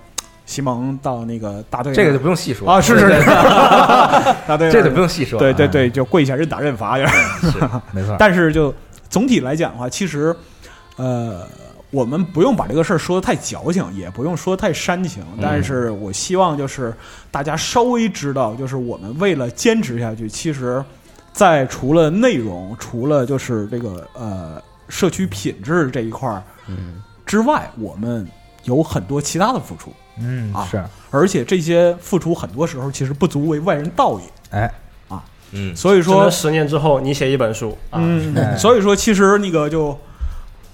S4: 西蒙到那个大队那儿，
S3: 这个就不用细说
S4: 啊，是是是， 大队
S3: 这就不
S4: 用
S3: 用细说，嗯
S4: 对对对，就跪下认打认罚就是。
S6: 没错，
S4: 但是就总体来讲的话，其实呃，我们不用把这个事儿说的太矫情，也不用说太煽情，但是我希望就是大家稍微知道，就是我们为了坚持下去，其实，在除了内容，除了就是这个呃社区品质这一块儿
S2: 嗯，
S4: 之外，我们有很多其他的付出，
S6: 嗯
S4: 啊
S6: 是，
S4: 而且这些付出很多时候其实不足为外人道也。
S6: 哎，
S3: 嗯，
S4: 所以
S5: 说
S4: 说，
S5: 十年之后，你写一本书啊，
S6: 哎
S4: 嗯，所以说其实那个就，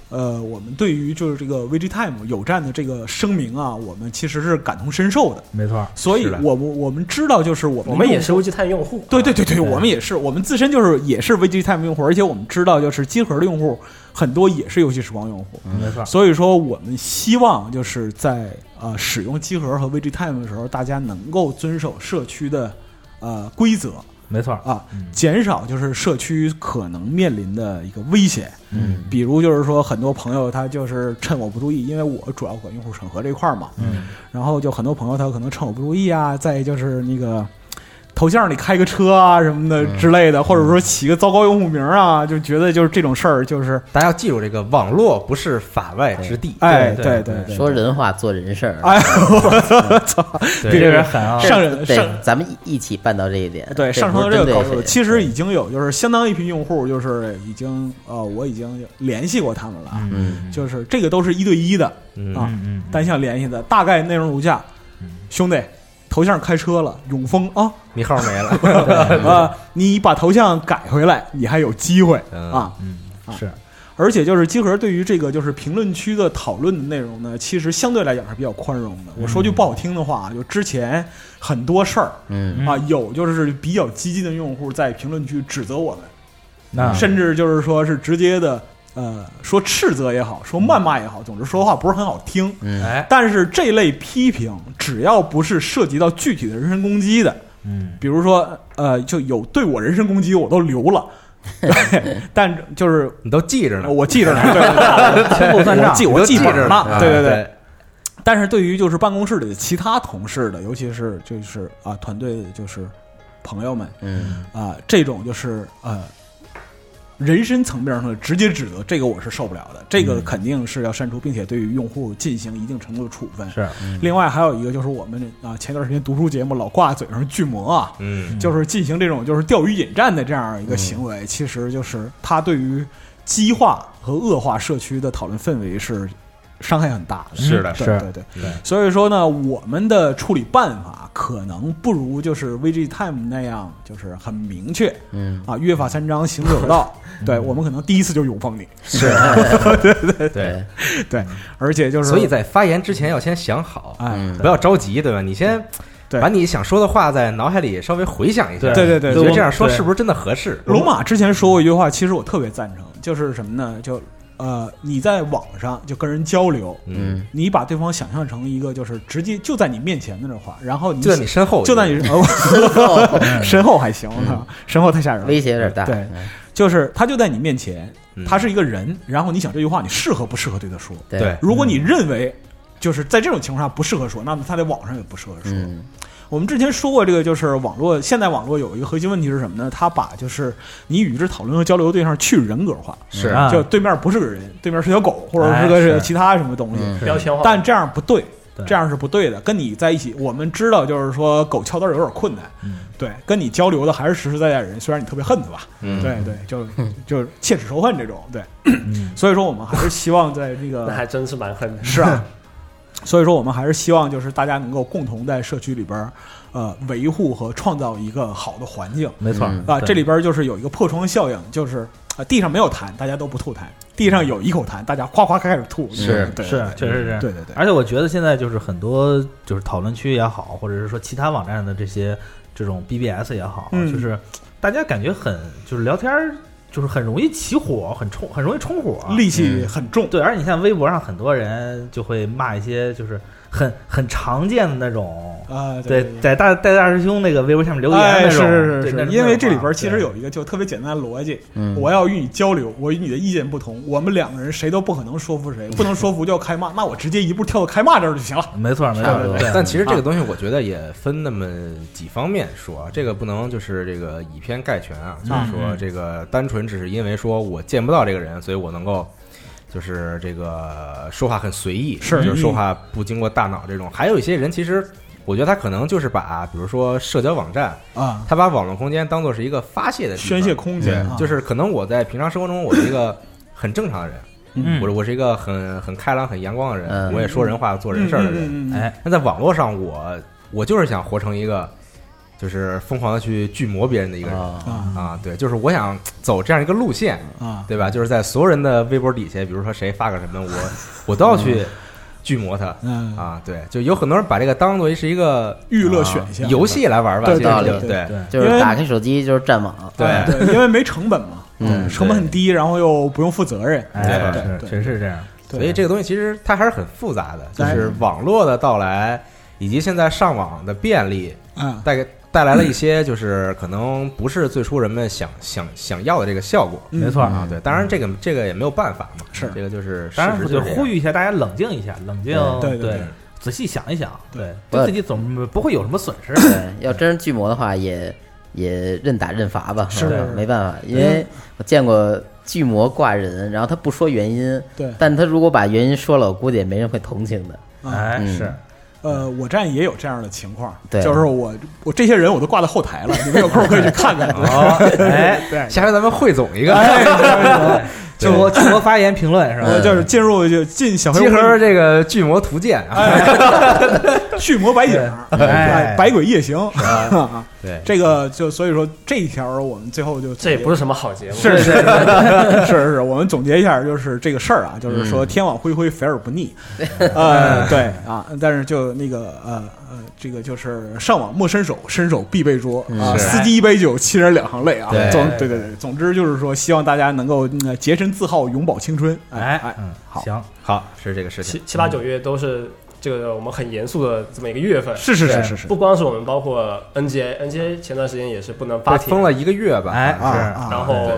S4: 呃，我们对于就是这个 VG Time 有站的这个声明啊，我们其实是感同身受的。
S6: 没错，
S4: 所以
S3: 是的
S4: 我们我们知道就是我们
S5: 我们也
S4: 用
S5: 是微积碳用户。啊
S4: 对对对对，
S6: 对
S4: 我们也是，我们自身就是也是 VG Time 用户，而且我们知道就是机核的用户很多也是游戏时光用户。
S6: 没错，
S4: 所以说，我们希望就是在呃使用机核和 VG Time 的时候，大家能够遵守社区的呃规则，
S6: 没错
S4: 啊
S6: 嗯，
S4: 减少就是社区可能面临的一个危险。嗯，比如就是说，很多朋友他就是趁我不注意，因为我主要管用户审核这块儿嘛，
S6: 嗯，
S4: 然后就很多朋友他可能趁我不注意啊，再就是那个。头像里开个车啊什么的之类的，或者说起个糟糕用户名啊，就觉得就是这种事儿，就是
S3: 啊大家要记住这个网络不是法外之地，
S4: 哎，
S6: 对
S4: 对
S6: 对
S4: 对，
S2: 说人话做人事儿，
S4: 哎，我操，
S3: 对
S6: 这个人狠啊，
S4: 上人上
S2: 对，咱们一起办到这一点，
S4: 对，
S2: 这
S4: 上
S2: 不
S4: 升
S2: 是
S4: 到这
S2: 针
S4: 个
S2: 对
S4: 高
S2: 谁
S4: 度，其实已经有就是相当一批用户，就是已经呃，我已经联系过他们了，
S6: 嗯，
S4: 就是这个都是一对一的
S3: 嗯
S4: 啊，
S6: 嗯嗯，
S4: 单向联系的，大概内容如下：兄弟，头像开车了，永丰啊
S3: 你号没了，
S4: 啊，你把头像改回来，你还有机会
S3: 嗯
S4: 啊。
S6: 嗯是，
S4: 而且就是集合对于这个就是评论区的讨论的内容呢，其实相对来讲是比较宽容的。我说句不好听的话，就之前很多事儿
S2: 嗯，
S4: 啊，有就是比较激进的用户在评论区指责我们。
S6: 那
S4: 甚至就是说是直接的，呃，说斥责也好，说谩骂也好，总之说话不是很好听。
S2: 嗯
S3: 哎，
S4: 但是这类批评，只要不是涉及到具体的人身攻击的，
S6: 嗯
S4: 比如说，呃，就有对我人身攻击，我都留 了，对但就是
S3: 你都记着呢，
S4: 我记 着呢，对对对，
S6: 后算账
S4: 我记
S3: 你都
S4: 我
S3: 记
S4: 记本
S3: 着
S4: 呢，
S3: 呢，
S4: 对对对。
S3: 对，
S4: 但是对于就是办公室里的其他同事的，尤其是就是啊团队的就是朋友们，
S2: 嗯
S4: 啊、这种就是呃，人身层面上的直接指责，这个我是受不了的，这个肯定是要删除，并且对于用户进行一定程度的处分。
S6: 是，
S4: 另外还有一个就是我们啊、前段时间读书节目老挂嘴上巨魔啊，
S3: 嗯，
S4: 就是进行这种就是钓鱼引战的这样一个行为，其实就是他对于激化和恶化社区的讨论氛围是伤害很大的。
S3: 是的
S4: 对
S6: 是
S4: 对对
S3: 对
S4: 所以说呢，我们的处理办法可能不如就是 VG Time 那样，就是很明确
S2: 嗯，
S4: 啊，约法三章，行之有 道。对我们可能第一次就永放你，
S3: 是，对对嗯对，
S2: 对，
S4: 对，而且就是
S3: 所以在发言之前要先想好，
S4: 哎，
S2: 嗯
S3: 不要着急，对吧？你先
S4: 对
S3: 把你想说的话在脑海里稍微回想一下，
S4: 对对对
S3: 你觉
S6: 对
S3: 得这样说
S6: 对
S3: 是不是真的合适？
S4: 龙马之前说过一句话，其实我特别赞成，就是什么呢？就呃，你在网上就跟人交流，
S2: 嗯，
S4: 你把对方想象成一个就是直接就在你面前的那种话，然后你
S3: 就在你身后，
S4: 就在你哦身后还行，
S3: 嗯
S4: 我操身后太吓人了
S2: 威。胁有点大，
S4: 对
S2: 嗯
S4: 就是他就在你面前，
S3: 嗯
S4: 他是一个人，然后你想这句话你适合不适合对他说？
S3: 对
S2: 对，
S4: 如果你
S3: 嗯
S4: 认为就是在这种情况下不适合说，那么他在网上也不适合说。
S2: 嗯
S4: 我们之前说过，这个就是网络现在网络有一个核心问题是什么呢？他把就是你与之讨论和交流的对象去人格化，
S3: 是
S6: 啊
S4: 就对面不是个人，对面是条狗或者
S6: 哎
S4: 是个
S6: 是
S4: 是其他什么东西。
S2: 嗯
S5: 标签化，
S4: 但这样不对
S6: 对，
S4: 这样是不对的。跟你在一起，我们知道就是说狗敲灯有点困难，对，跟你交流的还是实实在在人，虽然你特别恨他吧，
S3: 嗯
S4: 对对，就就是切齿仇恨这种，对，所以说我们还是希望在这
S5: 那还
S4: 个
S5: 真是蛮狠的。
S4: 是啊，所以说我们还是希望就是大家能够共同在社区里边儿，呃，维护和创造一个好的环境。
S6: 没错
S2: 嗯
S4: 啊，
S6: 对
S4: 这里边就是有一个破窗效应，就是啊，地上没有痰，大家都不吐痰；地上有一口痰，大家夸夸开始吐。
S3: 是
S4: 对
S6: 是，确实是这啊样。
S4: 对对对，
S6: 而且我觉得现在就是很多就是讨论区也好，或者是说其他网站的这些这种 BBS 也好，
S4: 嗯
S6: 就是大家感觉很就是聊天儿就是很容易起火，很冲，很容易冲火。啊
S4: 戾
S6: 嗯
S4: 气很重。
S6: 对，而且你像微博上很多人就会骂一些就是很很常见的那种，
S4: 啊，
S6: 对
S4: 对，
S6: 在大在大师兄那个微博下面留言
S4: 哎，
S6: 那
S4: 是
S6: 种，
S4: 是
S6: 对
S4: 是
S6: 那
S4: 是，
S6: 种
S4: 因为这里
S6: 话
S4: 边其实
S6: 对
S4: 有一个就特别简单的逻辑，
S2: 嗯，
S4: 我要与你交流，我与你的意见不同，我们两个人谁都不可能说服谁，不能说服就要开骂，那我直接一步跳到开骂这儿就行了。
S6: 没错没
S2: 差不
S6: 错，
S2: 多
S6: 对
S3: 但其实这个
S4: 啊
S3: 东西，我觉得也分那么几方面说啊，这个不能就是这个以偏概全
S4: 嗯
S3: 啊，就是说这个单纯只是因为说我见不到这个人，所以我能够就是这个说话很随意，
S4: 是
S3: 就是说话不经过大脑这种。还有一些人，其实我觉得他可能就是把，比如说社交网站，
S4: 啊，
S3: 他把网络空间当做是一个发泄的地方
S4: 宣泄，空间啊，
S3: 就是可能我在平常生活中我是一个很正常的人，
S6: 嗯
S3: 我我是一个很很开朗、很阳光的人，
S2: 嗯
S3: 我也说人话、做人事儿的人。
S4: 嗯，嗯嗯嗯
S6: 哎，
S3: 那在网络上我，我就是想活成一个，就是疯狂的去巨魔别人的一个人、
S2: 啊，
S4: 啊
S3: 啊，对，就是我想走这样一个路线，
S4: 啊，
S3: 对吧？就是在所有人的微博底下，比如说谁发个什么， 我我都要去巨魔他。
S4: 嗯
S3: 啊，对，就有很多人把这个当做是一个
S4: 娱乐
S3: 啊
S4: 选项
S3: 游戏来玩吧，
S4: 对
S3: 其实
S2: 对
S3: 就
S4: 对
S3: 对
S6: 对
S2: 就是打开手机就是占网，
S4: 啊
S3: 对
S4: 对，因为没成本嘛，
S2: 嗯
S4: 成本很低，然后又不用负责任，
S6: 哎
S3: 对
S6: 是
S4: 对
S6: 确实是这样，
S4: 对
S3: 所以这个东西其实它还是很复杂的，就
S4: 哎
S3: 是网络的到来以及现在上网的便利，
S4: 嗯
S3: 带给带来了一些就是可能不是最初人们想 想想要的这个效果。
S4: 嗯
S6: 没错
S3: 啊，对，当然这个这个也没有办法嘛，
S4: 是
S3: 这个就是
S6: 当然
S3: 事实
S6: 就
S3: 就是是这
S6: 呼
S3: 样
S6: 吁一下大家冷静一下，冷静
S4: 对对对
S6: 对，仔细想一想，对，
S2: 对
S6: 对自己总不会有什么损失。
S2: 对，要真是巨魔的话，也也认打认罚吧，
S4: 是
S2: 吧没办法，因为我见过巨魔挂人，然后他不说原因，
S4: 对
S2: 但他如果把原因说了，我估计也没人会同情的。
S4: 啊
S6: 哎，
S2: 嗯
S6: 是
S4: 呃，我站也有这样的情况，
S2: 对
S4: 就是我我这些人我都挂到后台了，你们有空可以去看看。
S6: 哦，哎，
S4: 对，
S3: 下回咱们汇总一个，
S6: 对就我就我发言评论是吧？
S4: 呃，就是进入就进小黑
S3: 集
S4: 屋
S3: 合这个巨魔图鉴啊，
S4: 巨魔白影，
S6: 对
S4: 哎
S6: 哎
S4: 百鬼夜行。 啊
S3: 对，
S4: 这个就所以说这一条我们最后就
S5: 这也不是什么好节目，
S4: 是是是 是是，我们总结一下，就是这个事儿啊，就是说天网恢恢，肥而不腻。呃，对啊，但是就那个呃呃，这个就是上网莫伸手，伸手必被捉啊。
S2: 嗯
S3: 是
S4: 司机一杯酒，亲人两行泪啊。
S3: 对
S4: 总对对对，总之就是说，希望大家能够嗯洁身自好，永葆青春。哎
S6: 哎
S4: 哎，
S6: 嗯，
S4: 好
S6: 行，
S3: 好是这个事情
S5: 七，七八九月都是这个我们很严肃的这么一个月份，
S4: 是是是
S5: 对
S4: 是是
S5: 不光是我们，包括 NGA，NGA 前段时间也是不能发帖
S3: 封了，一个月吧，
S6: 哎
S4: 啊
S6: 是，
S4: 啊，
S5: 然后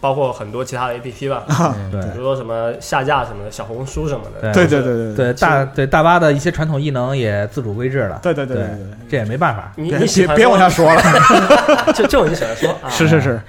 S5: 包括很多其他的 APP 吧，
S6: 对
S5: 比如说什么下架什么的，小红书什么的，
S4: 对对对对
S6: 对大对大巴的一些传统异能也自主规制了，
S4: 对对对对
S6: 对
S4: 对对。
S6: 这也没办法。
S5: 你
S4: 别
S5: 你喜
S4: 别
S5: 欢
S4: 别往下说了，
S5: 说，这这我就喜 欢说啊，
S4: 是是是，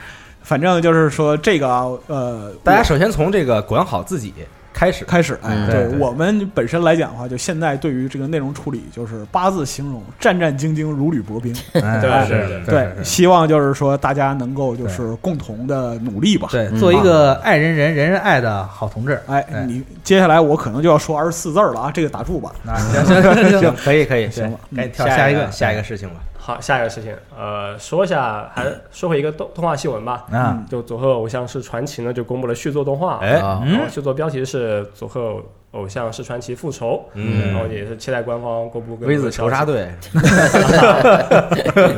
S4: 反正就是说这个啊，呃，
S3: 大家首先从这个管好自己开始，
S4: 开始，哎，
S2: 嗯
S4: 对
S6: 对
S4: 我们本身来讲的话，就现在对于这个内容处理，就是八字形容，战战兢兢，如履薄冰。
S6: 哎
S5: 对
S6: 是
S5: 是是
S4: 对，
S6: 是
S4: 希望就是说大家能够就是共同的努力吧。
S6: 对，
S2: 嗯
S6: 做一个爱人人人人爱的好同志。
S4: 哎，你接下来我可能就要说二十四字儿了啊，这个打住吧。
S6: 那行行行
S3: 行
S6: 行，，
S3: 可以可以，
S6: 行吧该跳
S3: 下
S6: 下一
S3: 个
S6: 个
S3: 下一个事情吧，
S5: 好，下一个事情，呃，说一下，还
S3: 嗯
S5: 说回一个动动画新闻吧。
S6: 啊，
S5: 就《佐贺偶像式传奇》呢，就公布了续作动画，
S3: 哎
S2: 啊
S5: 然后续作标题是《佐贺偶像式传奇复仇》，
S3: 嗯
S5: 然后也是期待官方公布更
S3: 微
S5: 多
S3: 子
S5: 的消
S3: 仇
S5: 息
S3: 杀，队，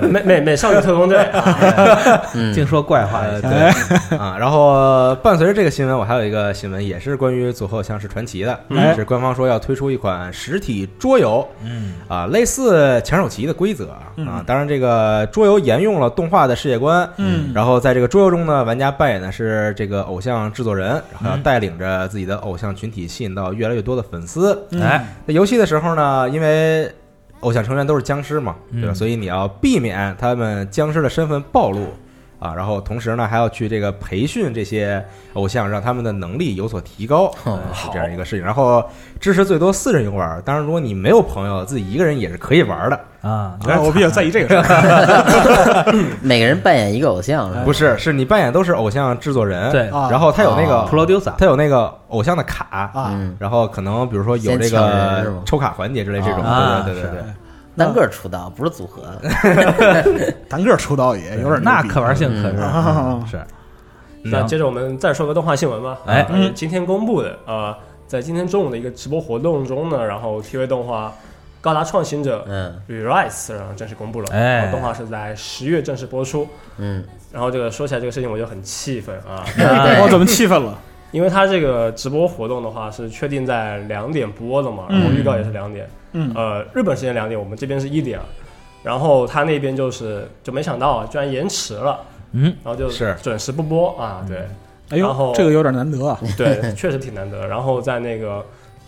S5: 美美美少女特 工队，啊
S6: 净说怪话。
S3: 呃对啊，然后呃伴随着这个新闻，我还有一个新闻也是关于《佐贺偶像是传奇》的，
S4: 哎
S3: 是官方说要推出一款实体桌游，
S6: 嗯，
S3: 啊，类似抢手棋的规则啊啊。当然，这个桌游沿用了动画的世界观，
S4: 嗯
S3: 然后在这个桌游中呢，玩家扮演的是这个偶像制作人，然后要
S6: 嗯
S3: 带领着自己的偶像群体，吸引到越来越多的粉丝。
S4: 嗯
S6: 哎，
S3: 在游戏的时候呢，因为偶像成员都是僵尸嘛，
S6: 嗯
S3: 对吧？所以你要避免他们僵尸的身份暴露。啊，然后同时呢，还要去这个培训这些偶像，让他们的能力有所提高，
S2: 哦
S3: 呃是这样一个事情。然后支持最多四人游玩儿，当然如果你没有朋友，自己一个人也是可以玩儿的。
S6: 啊，
S4: 啊我比较在意这个事儿。
S2: 每个人扮演一个偶像，是吧
S3: 不是，是你扮演都是偶像制作人，
S6: 对
S4: 啊
S3: 然后他有那个
S2: 哦
S6: producer
S3: 他有那个偶像的卡，
S4: 啊，
S2: 嗯，
S3: 然后可能比如说有这
S2: 先抢人是
S3: 个
S2: 吗
S3: 抽卡环节之类这种，
S6: 啊
S3: 对对对对对。
S2: 单个出道不是组 合，
S4: 单个出道也有点
S6: 那
S4: 牛逼
S6: 可玩性可
S2: 嗯
S6: 是
S4: 啊
S6: 是。
S3: 嗯
S5: 那接着我们再说个动画新闻吧。
S6: 哎
S5: 呃
S4: 嗯
S5: 今天公布的呃，在今天中午的一个直播活动中呢，然后 TV 动画《高达创新者
S2: 嗯
S5: Rise》然后正式公布了，
S6: 哎
S5: 然后动画是在十月正式播出。
S2: 嗯，
S5: 然后这个说起来这个事情我就很气愤啊，
S2: 对
S4: 哎我怎么气愤了？
S5: 因为它这个直播活动的话是确定在两点播的嘛，然后预告也是两点，
S4: 嗯
S5: 呃，日本时间两点，我们这边是一点，然后他那边就是就没想到啊，居然延迟了，
S6: 嗯，
S5: 然后就是准时不播啊，对
S4: 哎
S5: 然
S4: 呦
S5: 后，
S4: 这个有点难得啊。
S5: 对， 确实挺难得。然后在那个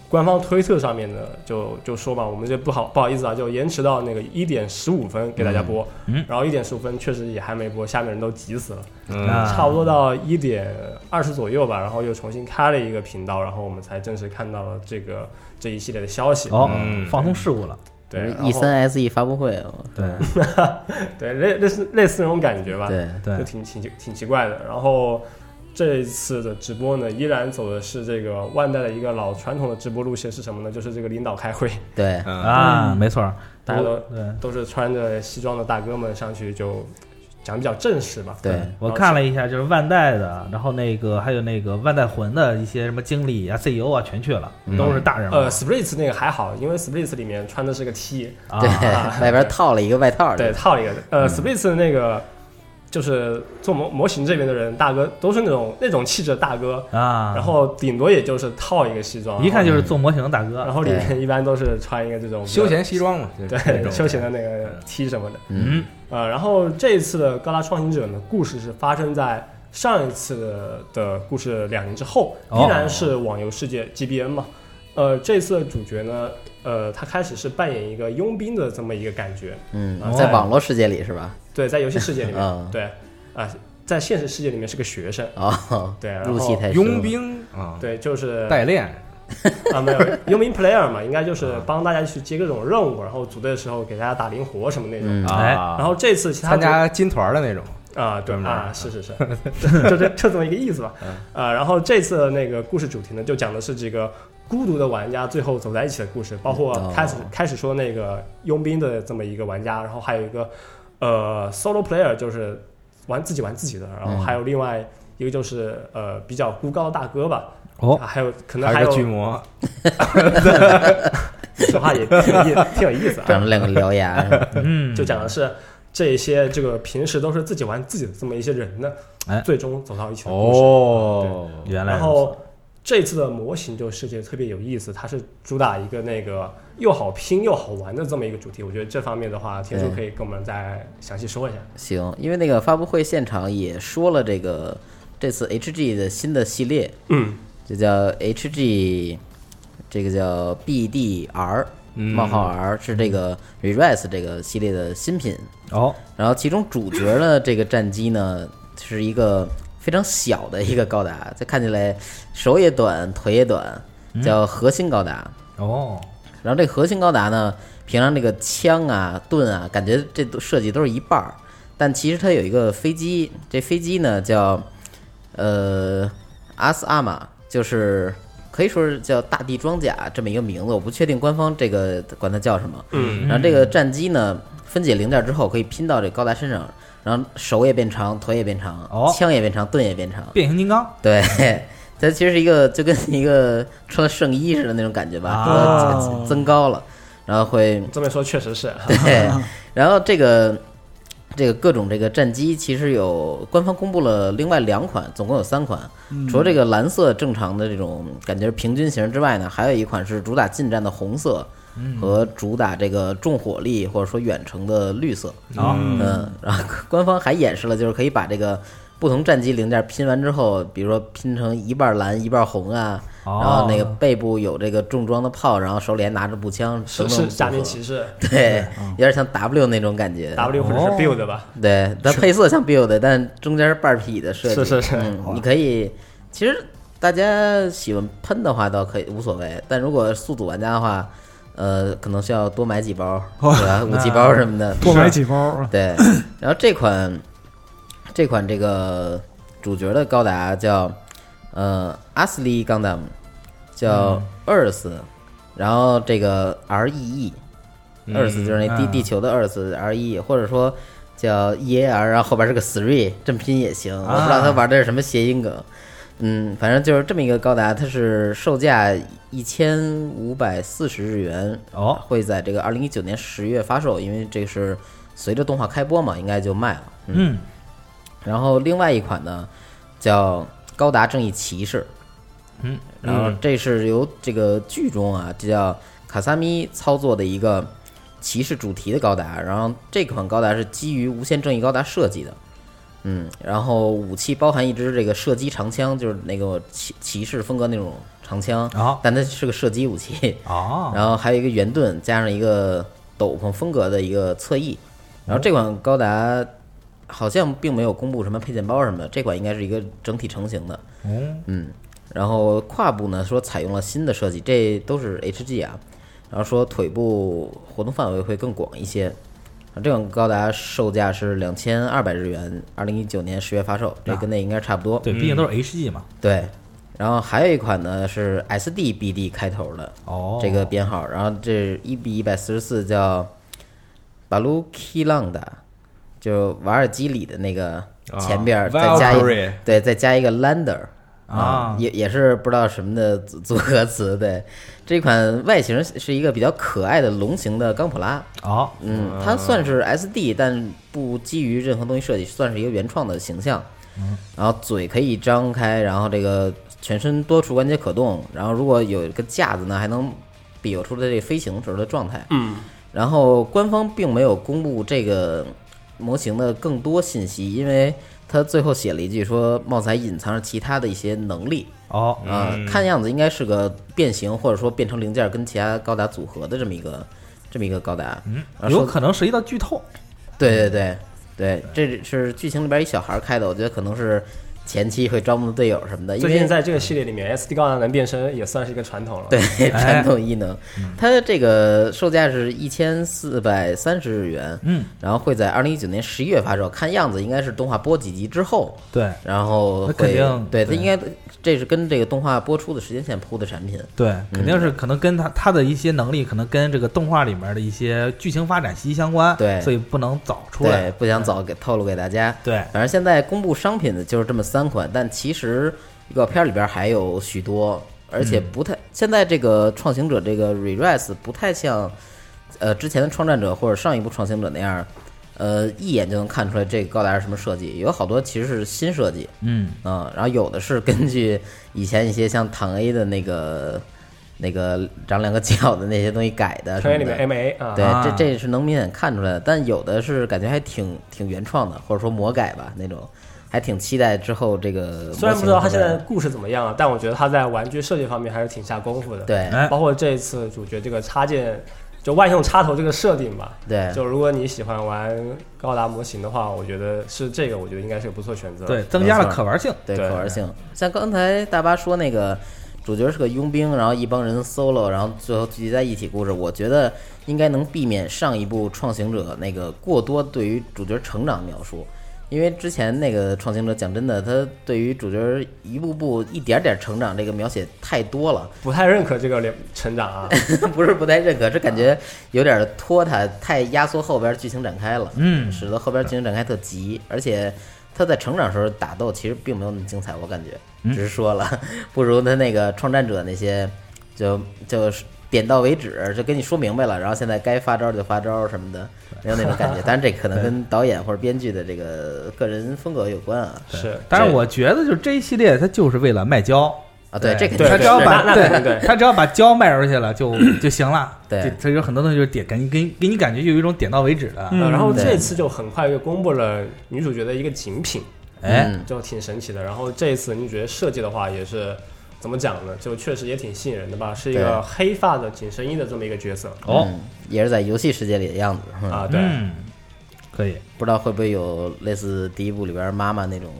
S5: 官方推特上面呢，就就说嘛，我们这不好不好意思啊，就延迟到那个一点十五分给大家播，
S6: 嗯
S5: 然后一点十五分确实也还没播，下面人都急死了。
S3: 嗯，
S6: 啊
S5: 差不多到一点二十左右吧，然后又重新开了一个频道，然后我们才正式看到了这个这一系列的消息。
S6: 哦
S3: 嗯，
S6: 放松事故了，
S5: 对，然后
S2: ，E 三 SE 发布会，我
S6: 对
S5: 对类类似类似那种感觉吧，
S2: 对，
S5: 就
S6: 对，
S5: 挺挺挺奇怪的。然后这一次的直播呢，依然走的是这个万代的一个老传统的直播路线是什么呢？就是这个领导开会，
S2: 对，
S3: 啊，
S6: 啊，没错儿，
S5: 大家都
S6: 对。
S5: 都是穿着西装的大哥们上去就讲得比较正式吧。嗯
S2: 对
S6: 我看了一下，就是万代的，然后那个还有那个万代魂的一些什么经理啊、CEO 啊，全去了，都是大人物
S5: 呃，Spritz 那个还好，因为 Spritz 里面穿的是个 T，
S6: 啊
S2: 对，
S5: 啊
S2: 外边套了一个外套，
S5: 对，，套了一个。
S6: 嗯
S5: 呃、s p r i t z 那个就是做模模型这边的人，大哥都是那种那种气质的大哥，
S6: 啊，
S5: 然后顶多也就是套一个西装，
S6: 一看就是做模型的大哥，
S5: 然后，然后里面一般都是穿一个这种比较
S3: 休闲西装嘛，就是那
S5: 对
S3: 种
S5: 休闲的那个 T 什么的。
S6: 嗯，
S5: 呃，然后这一次的《高达创新者》呢，故事是发生在上一次的故事两年之后，
S6: 哦
S5: 依然是网游世界 GBN 嘛。呃，这次的主角呢，呃，他开始是扮演一个佣兵的这么一个感觉，
S2: 嗯
S5: 哦，
S2: 在网络世界里是吧？
S5: 对，在游戏世界 里
S2: 啊
S5: 面，对，啊、在现实世界里面是个学生，
S2: 哦，
S5: 对然后
S2: 入戏太深了
S3: 佣，兵啊，
S5: 对，就是
S3: 代练，
S5: 啊，没有佣兵 player 嘛，应该就是
S3: 啊
S5: 帮大家去接各种任务，然后组队的时候给大家打零活什么那种。
S2: 嗯
S6: 哎
S5: 然后这次其他
S3: 啊参
S5: 组
S3: 加金团的那种，
S5: 啊，对
S3: 专门
S5: 啊，是是是，就 这就这么一个意思吧。啊，然后这次那个故事主题呢，就讲的是几个孤独的玩家最后走在一起的故事，包括
S2: 哦
S5: 开始开始说那个佣兵的这么一个玩家，然后还有一个呃 solo player 就是玩自己玩自己的，然后还有另外一个就是呃比较孤高的大哥吧，
S6: 哦
S5: 啊，还有可能
S3: 还
S5: 还
S3: 是
S5: 有
S3: 个巨魔，
S5: 说话也挺有意挺有意思
S2: 长
S5: 啊，
S2: 了两个獠牙，
S6: 嗯，
S5: 就讲的是这些这个平时都是自己玩自己的这么一些人呢，
S6: 哎
S5: 最终走到一起的故事。
S3: 哦，
S6: 原来
S5: 然
S6: 如此
S5: 后这次的模型就设计的特别有意思，它是主打一个那个又好拼又好玩的这么一个主题。我觉得这方面的话，天叔
S2: 对
S5: 可以跟我们再详细说一下。
S2: 行，因为那个发布会现场也说了这个这次 HG 的新的系列，
S5: 嗯，
S2: 就叫 HG，这个叫 BDR
S5: 嗯
S2: 冒号 R 是这个 Rerise 这个系列的新品，
S6: 哦，
S2: 然后其中主角呢，这个战机呢是一个非常小的一个高达，这看起来手也短，腿也短，叫核心高达。
S6: 哦，
S2: 然后这个核心高达呢，平常这个枪啊、盾啊，感觉这都设计都是一半儿，但其实它有一个飞机，这飞机呢叫呃阿斯阿玛，就是可以说是叫大地装甲这么一个名字，我不确定官方这个管它叫什么。
S5: 嗯，
S2: 然后这个战机呢，分解零件之后可以拼到这高达身上，然后手也变长，腿也变长，
S6: 哦
S2: 枪也变长，盾也变长，
S6: 变形金刚
S2: 对。 它其实是一个就跟一个穿了圣衣似的那种感觉吧，
S6: 啊
S2: 增增高了，然后会
S5: 这么说确实是，
S2: 对，然后这个这个各种这个战机其实有官方公布了另外两款，总共有三款。除了这个蓝色正常的这种感觉是平均型之外呢，还有一款是主打近战的红色，和主打这个重火力或者说远程的绿色。
S6: 哦
S2: 嗯，然后官方还演示了，就是可以把这个不同战机零件拼完之后，比如说拼成一半蓝一半红啊，
S6: 哦
S2: 然后那个背部有这个重装的炮，然后手里还拿着步枪，
S5: 是
S2: 等等
S5: 是
S2: 组
S5: 假面
S2: 合
S5: 骑士
S2: 对，有点像 W 那种感觉。
S5: 嗯 W 或者是 Build 吧。
S2: 对，它配色像 Build，但中间是半匹的设计。
S5: 是是是
S2: 嗯，你可以，其实大家喜欢喷的话倒可以无所谓，但如果速组玩家的话，呃，可能需要多买几 包，对吧？武器包什么的。
S4: 多买几包，
S2: 对，然后这款这款这个主角的高达叫呃阿斯利钢弹，叫 Earth，、然后这个 R E E，Earth 就是那地、地球的 Earth R E E，或者说叫 E A R，然后后边是个 three，这么拼也行。我不知道他玩的是什么谐音梗。嗯，反正就是这么一个高达，它是售价一千五百四十日元，
S6: 哦，
S2: 会在这个二零一九年十月发售，因为这是随着动画开播嘛，应该就卖了。
S6: 嗯，
S2: 然后另外一款呢叫高达正义骑士，
S6: 嗯，
S2: 然后这是由这个剧中啊这叫卡萨米操作的一个骑士主题的高达，然后这款高达是基于无限正义高达设计的，嗯，然后武器包含一支这个射击长枪，就是那个骑骑士风格那种长枪，
S6: 哦
S2: 但它是个射击武器，
S6: 哦，
S2: 然后还有一个圆盾，加上一个斗篷风格的一个侧翼。然后这款高达好像并没有公布什么配件包什么的，这款应该是一个整体成型的。
S6: 嗯
S2: 嗯，然后胯部呢说采用了新的设计，这都是 HG 啊。然后说腿部活动范围会更广一些。啊这款高达售价是两千二百日元，二零一九年十月发售，这跟那应该差不多。
S6: 对，毕竟都是 HG 嘛。
S2: 对，然后还有一款呢是 SDBD 开头的，
S6: 哦，
S2: 这个编号，然后这一比一百四十四叫巴鲁基浪的，就瓦尔基里的那个前边儿、再加一
S3: Valkyrie
S2: 对再加一个 lander
S6: 啊
S2: 也也是不知道什么的组组合词。对，这款外形是一个比较可爱的龙形的钢普拉，
S6: 哦，
S2: 嗯，它算是 SD，但不基于任何东西设计，算是一个原创的形象。然后嘴可以张开，然后这个全身多处关节可动，然后如果有一个架子呢，还能比划出它这个飞行时候的状态。
S5: 嗯，
S2: 然后官方并没有公布这个模型的更多信息，因为他最后写了一句说，貌似还隐藏着其他的一些能力。
S6: 哦，
S2: 啊、看样子应该是个变形或者说变成零件跟其他高达组合的这么一个这么一个高达。嗯，
S6: 有可能涉及到剧透。
S2: 对对对对，这是剧情里边一小孩开的，我觉得可能是前期会招募队友什么的，因
S5: 最
S2: 为
S5: 近在这个系列里面，SD 高达能变身也算是一个传统了。
S2: 对啊
S6: 哎
S2: 传统异能，
S6: 嗯
S2: 它这个售价是一千四百三十日元，
S6: 嗯，
S2: 然后会在二零一九年十一月发售，看样子应该是动画播几集之后。
S6: 对
S2: 然后
S6: 那肯
S2: 会
S6: 定
S2: 对，它
S6: 对
S2: 应该这是跟这个动画播出的时间线铺的产品，
S6: 对，肯定是可能跟他他的一些能力，可能跟这个动画里面的一些剧情发展息息相关。
S2: 对
S6: 所以不能早出
S2: 对
S6: 来。，
S2: 不想早给透露给大家。
S6: 对
S2: 反正现在公布商品的就是这么三款，但其实预告片里边还有许多，而且不
S6: 嗯
S2: 太、现在这个创行者这个 Re-Rise 不太像呃之前的创战者或者上一部创行者那样，呃一眼就能看出来这个高达是什么设计，有好多其实是新设计，
S6: 嗯，
S2: 嗯，然后有的是根据以前一些像唐 A 的那个那个长两个角的那些东西改的什
S5: 成
S2: 么
S5: 员
S2: 的，
S5: 里面 MA 啊，
S2: 对，这
S6: 啊
S2: 这是能明显看出来的，但有的是感觉还挺挺原创的，或者说魔改吧那种，还挺期待之后这个。
S5: 虽然不知道他现在故事怎么样啊，但我觉得他在玩具设计方面还是挺下功夫的。
S2: 对
S6: 哎
S5: 包括这一次主角这个插件，就万用插头这个设定吧。
S2: 对
S5: 就如果你喜欢玩高达模型的话，我觉得是这个，我觉得应该是个不错选择。
S6: 对，，增加
S2: 没
S6: 了
S2: 错
S6: 可玩性。
S2: 对
S5: 对哎
S2: 可玩性，像刚才大巴说那个主角是个佣兵，然后一帮人 solo，然后最后聚集在一起故事，我觉得应该能避免上一部《创行者》那个过多对于主角成长描述。因为之前那个《创行者》，讲真的，他对于主角一步步、一点点成长这个描写太多了，
S5: 不太认可这个连成长 啊。
S2: 不是不太认可，是感觉有点拖沓，太压缩后边剧情展开了，
S6: 嗯
S2: 使得后边剧情展开特急，而且他在成长时候打斗其实并没有那么精彩，我感觉，
S5: 嗯
S2: 只是说了不如他那个创战者那些，就就是点到为止，就跟你说明白了，然后现在该发招就发招什么的，没有那种感觉。当然这可能跟导演或者编剧的这个个人风格有关啊，
S5: 是，
S6: 但是我觉得，就这一系列，它就是为了卖胶。
S2: 啊对，这肯定
S5: 对
S6: 他
S2: 是
S6: 只要把
S5: 那那肯定对
S6: 他只要把胶卖出去了 就就行了。
S2: 对
S6: 就他有很多东西就是点，感觉给给你感觉就有一种点到为止的。
S5: 呃然后
S2: 对
S5: 这次就很快就公布了女主角的一个景品，
S6: 哎，
S2: 嗯
S5: 就挺神奇的。然后这一次女主角设计的话也是。怎么讲呢？就确实也挺吸引人的吧，是一
S2: 对
S5: 个黑发的紧身衣的这么一个角色
S6: 哦，
S2: 嗯也是在游戏世界里的样子嗯
S5: 啊，对，
S6: 嗯，可以，
S2: 不知道会不会有类似第一部里边妈妈那种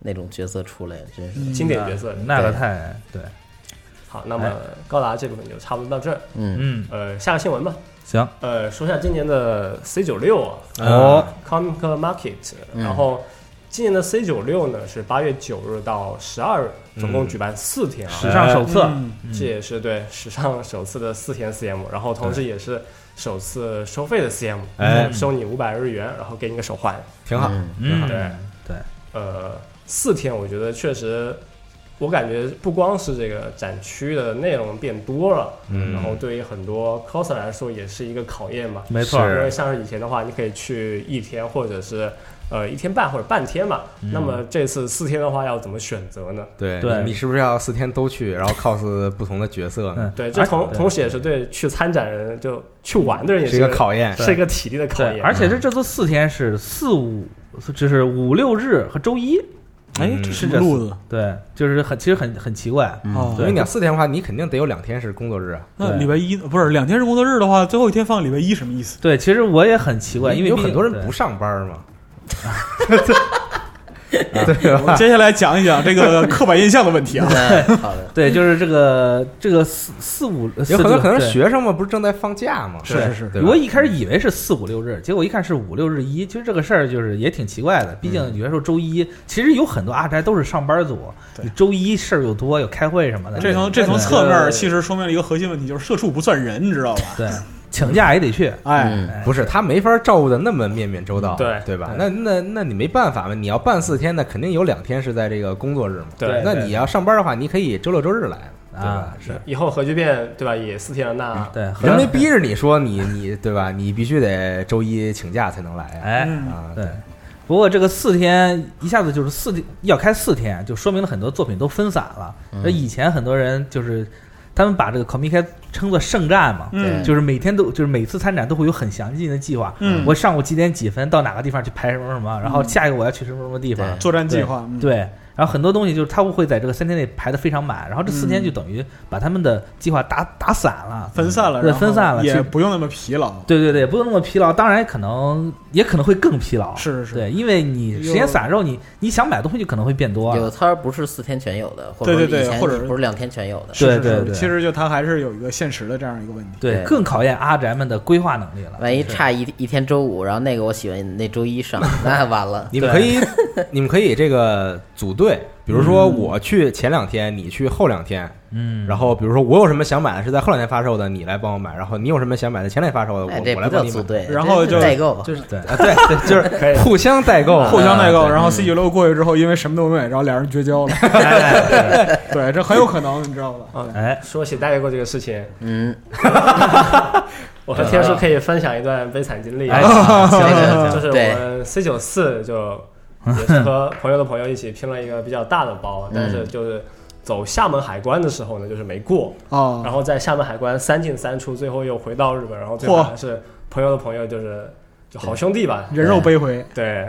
S2: 那种角色出来，真是，
S5: 经典角色。
S6: 啊那哎个
S2: 对
S6: 太对，
S5: 好，那么高达这部分就差不多到这儿。
S2: 嗯，
S6: 嗯，
S5: 呃，下个新闻吧。
S6: 行，
S5: 呃，说一下今年的 C 九六啊，
S6: 哦
S5: ，Comic Market，、然后今年的 C 九六呢是八月九日到十二日，总共举办四
S6: 嗯
S5: 天啊，
S2: 嗯
S4: 嗯
S6: 史上首次，
S5: 这也是对史上首次的四天 CM，然后同时也是首次收费的 CM，
S3: 哎
S5: 收你五百日元，然后给你个手环。
S3: 挺好。
S2: 嗯
S3: 挺好
S6: 嗯
S5: 对
S6: 对，
S5: 呃，四天我觉得确实，我感觉不光是这个展区的内容变多了，
S3: 嗯
S5: 然后对于很多 coser 来说也是一个考验吧。
S6: 没错
S5: 因为像是以前的话，你可以去一天或者是呃一天半或者半天嘛，
S6: 嗯
S5: 那么这次四天的话要怎么选择呢？
S3: 对，
S6: 对
S3: 你是不是要四天都去，然后 cos 不同的角色呢？
S6: 嗯，
S5: 对，这
S6: 而
S5: 同
S6: 对
S5: 同时也是对去参展人就去玩的人也
S3: 是一个考啊验。
S5: 是一个体力的考
S6: 对，
S5: 验。
S6: 而且这这次四天是四五，就是五六日和周一，
S4: 哎，
S3: 嗯
S4: 这
S6: 是
S4: 什么
S6: 这
S4: 路子
S6: 对，就是很其实很很奇怪，
S4: 啊
S2: 嗯，
S3: 因为你要四天的话，你肯定得有两天是工作日啊。
S4: 那
S6: 对
S4: 礼拜一不是两天是工作日的话，最后一天放礼拜一什么意思？
S6: 对，其实我也很奇怪，因为
S3: 有
S6: 毕
S3: 很
S6: 竟
S3: 多人
S6: 对
S3: 不上班嘛。 对
S4: 我们
S3: 吧？
S4: 接下来讲一讲这个刻板印象的 问题啊。
S2: 那好的，
S6: 对，就是这个这个四四五，
S3: 有很
S6: 四
S3: 多
S6: 六
S3: 可能
S6: 对
S3: 学生嘛，不是正在放假嘛？
S4: 是是是
S3: 对吧
S6: 我一开始以为是四五六日，结果一看是五六日一，其实这个事儿就是也挺奇怪的。毕竟
S3: 嗯
S6: 有些时候周一，其实有很多阿宅都是上班族，
S4: 对
S6: 你周一事儿又多，有开会什么的。
S4: 这从
S6: 对
S4: 这从
S6: 对
S4: 侧面
S5: 对
S4: 儿其实说明了一个核心问题，就是社畜不算人，你知道吧？
S6: 对请假也得去，
S4: 哎，
S2: 嗯，
S3: 不是他没法照顾的那么面面周到，
S5: 对
S3: 对吧？
S6: 对
S3: 那那那你没办法嘛，你要办四天，那肯定有两天是在这个工作日嘛。
S5: 对
S3: 那
S6: 对
S3: 你要上班的话，你可以周六周日来嘛，对吧
S6: 啊？
S3: 是。
S5: 以后核聚变对吧，也四天了，那
S6: 嗯对，和
S3: 人没逼着你说你你对吧？你必须得周一请假才能来啊
S6: 哎，
S4: 嗯
S3: 啊！
S6: 对。不过这个四天一下子就是四天要开四天，啊就说明了很多作品都分散了。那、以前很多人就是他们把这个 Comic 称作圣战嘛，
S4: 嗯，
S6: 就是每天都就是每次参展都会有很详尽的计划。
S4: 嗯
S6: 我上午几点几分到哪个地方去拍什么什么，然后下一个我要去什么什么地方。
S2: 对
S4: 作战计划，嗯，
S6: 对，然后很多东西就是他们会在这个三天内排的非常满，然后这四天
S4: 嗯
S6: 就等于把他们的计划打打散了。
S4: 分散了，
S6: 对
S4: 然后
S6: 分散了其
S4: 也
S6: 实
S4: 不用那么疲劳。
S6: 对对对，不用那么疲劳，当然也可能也可能会更疲劳。
S4: 是是是
S6: 对，因为你时间散之后，你你想买的东西就可能会变多
S2: 有
S6: 了。
S2: 摊儿不是四天全有的，或
S4: 对
S2: 者
S4: 对对
S2: 以前
S4: 或者
S2: 你不是两天全有的。
S6: 对
S4: 是是是
S6: 对
S4: 其实就它还是有一个现实的这样一个问题。
S6: 对，
S2: 对
S6: 更考验阿宅们的规划能力了。
S2: 万一
S6: 就是
S2: 差一一天周五，然后那个我喜欢那周一上，那完了。
S3: 你们可以 你们可以这个组队，比如说我去前两天，你去后两天，
S6: 嗯，
S3: 然后比如说我有什么想买的是在后两天发售的，你来帮我买，然后你有什么想买的前两天发售的，
S2: 哎，
S3: 我
S2: 这
S3: 我
S2: 不
S3: 来
S2: 叫
S3: 帮你
S2: 组
S3: 买。
S2: 队，
S4: 然后
S2: 这
S4: 就
S2: 代购嘛。
S6: 就是对
S3: 啊，对对，就是
S5: 可以
S3: 互相代购，
S4: 互相代购，
S3: 啊
S6: 嗯
S4: 然后 C 九六过去之后，因为什么都没买，然后俩人绝交 了。
S6: 哎
S4: 对，这很有可能，你知道吧？
S5: 啊，
S6: 哎，
S5: 说起代购这个事情，
S2: 嗯，
S5: 我和天叔可以分享一段悲惨经历。啊
S6: 哎
S2: 行
S5: 就是我
S2: 对
S5: 们 C 九四就也是和朋友的朋友一起拼了一个比较大的包，
S2: 嗯
S5: 但是就是走厦门海关的时候呢，就是没过，
S2: 哦
S5: 然
S4: 啊，
S5: 后在厦门海关三进三出，最后又回到日本，然后最后
S4: 嚯
S5: 还是朋友的朋友，就是就好兄弟吧，
S4: 人肉背回
S5: 对，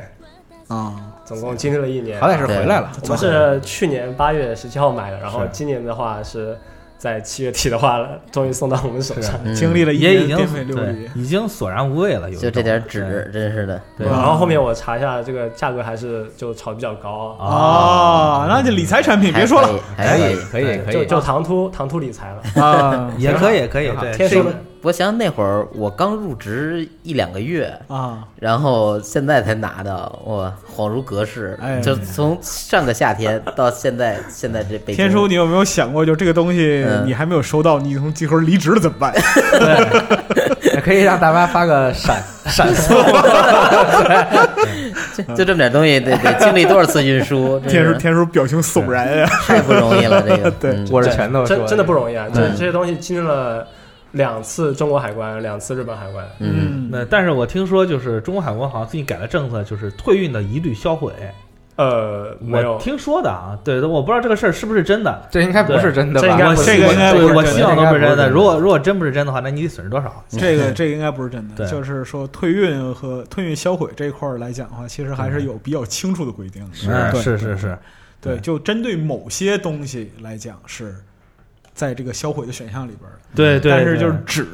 S4: 啊，
S5: 总共经历了一年，
S3: 好歹是回来了，
S5: 我们是去年八月十七号买的，然后今年的话是在七月底的话，终于送到我们手上。
S2: 嗯
S4: 经历了一
S6: 也已经
S4: 年颠沛流
S6: 对
S4: 离，
S6: 已经索然无味了，有一
S2: 就这
S6: 种
S2: 点纸，真是的。
S6: 对
S5: 然后后面我查一下，这个价格还是就炒得比较高啊。
S4: 啊，那就理财产品别说了
S2: 还可以，还
S3: 哎可以可以，
S5: 就就唐突唐突理财了。
S4: 啊
S6: 也可以，也可以
S3: 挺，好
S6: 对，
S5: 天
S6: 这
S5: 生
S6: 个
S5: 的
S2: 我想那会儿我刚入职一两个月，
S4: 啊，
S2: 然后现在才拿到，我恍如隔世
S4: 哎，
S2: 就从上个夏天到现在，现在这北京
S4: 天叔，你有没有想过，就这个东西
S2: 哎嗯
S4: 你还没有收到，你从集合离职了怎么办？
S3: 可以让大妈发个闪 闪送，
S2: 就就这么点东西，得得经历多少次运 输？真
S4: 天
S2: 是
S4: 叔，天叔表情悚然啊呀，
S2: 太不容易了，这个
S4: 对
S2: 嗯
S3: 握着拳头说
S5: 真真的不容易啊！这
S2: 嗯
S5: 这些东西经历了两次中国海关，两次日本海关。
S2: 嗯，
S6: 那但是我听说就是中国海关好像最近改了政策，就是退运的一律销毁。
S5: 呃，没
S6: 我
S5: 有，
S6: 听说的啊，对，我不知道这个事儿是不是真的。
S3: 这应该不是真的
S5: 这应
S3: 吧
S5: 该？
S4: 我
S5: 不是
S4: 这个应该
S6: 对，
S4: 不
S6: 我
S4: 是
S6: 希
S4: 真
S6: 望
S4: 的。
S6: 都不是真
S3: 应该
S6: 的。嗯
S3: 不是
S6: 如果如果真不是真的话，那你得损失多少？
S4: 这个这个应该不是真的，
S6: 对
S4: 就是说退运和退运销毁这一块儿来讲的话，其实还是有比较清楚的规定的。
S6: 嗯
S4: 对
S6: 是是是，
S4: 对，
S6: 对
S4: 就针对某些东西来讲是在这个销毁的选项里边儿的，
S6: 对对。
S4: 但是就是
S6: 对，
S4: 纸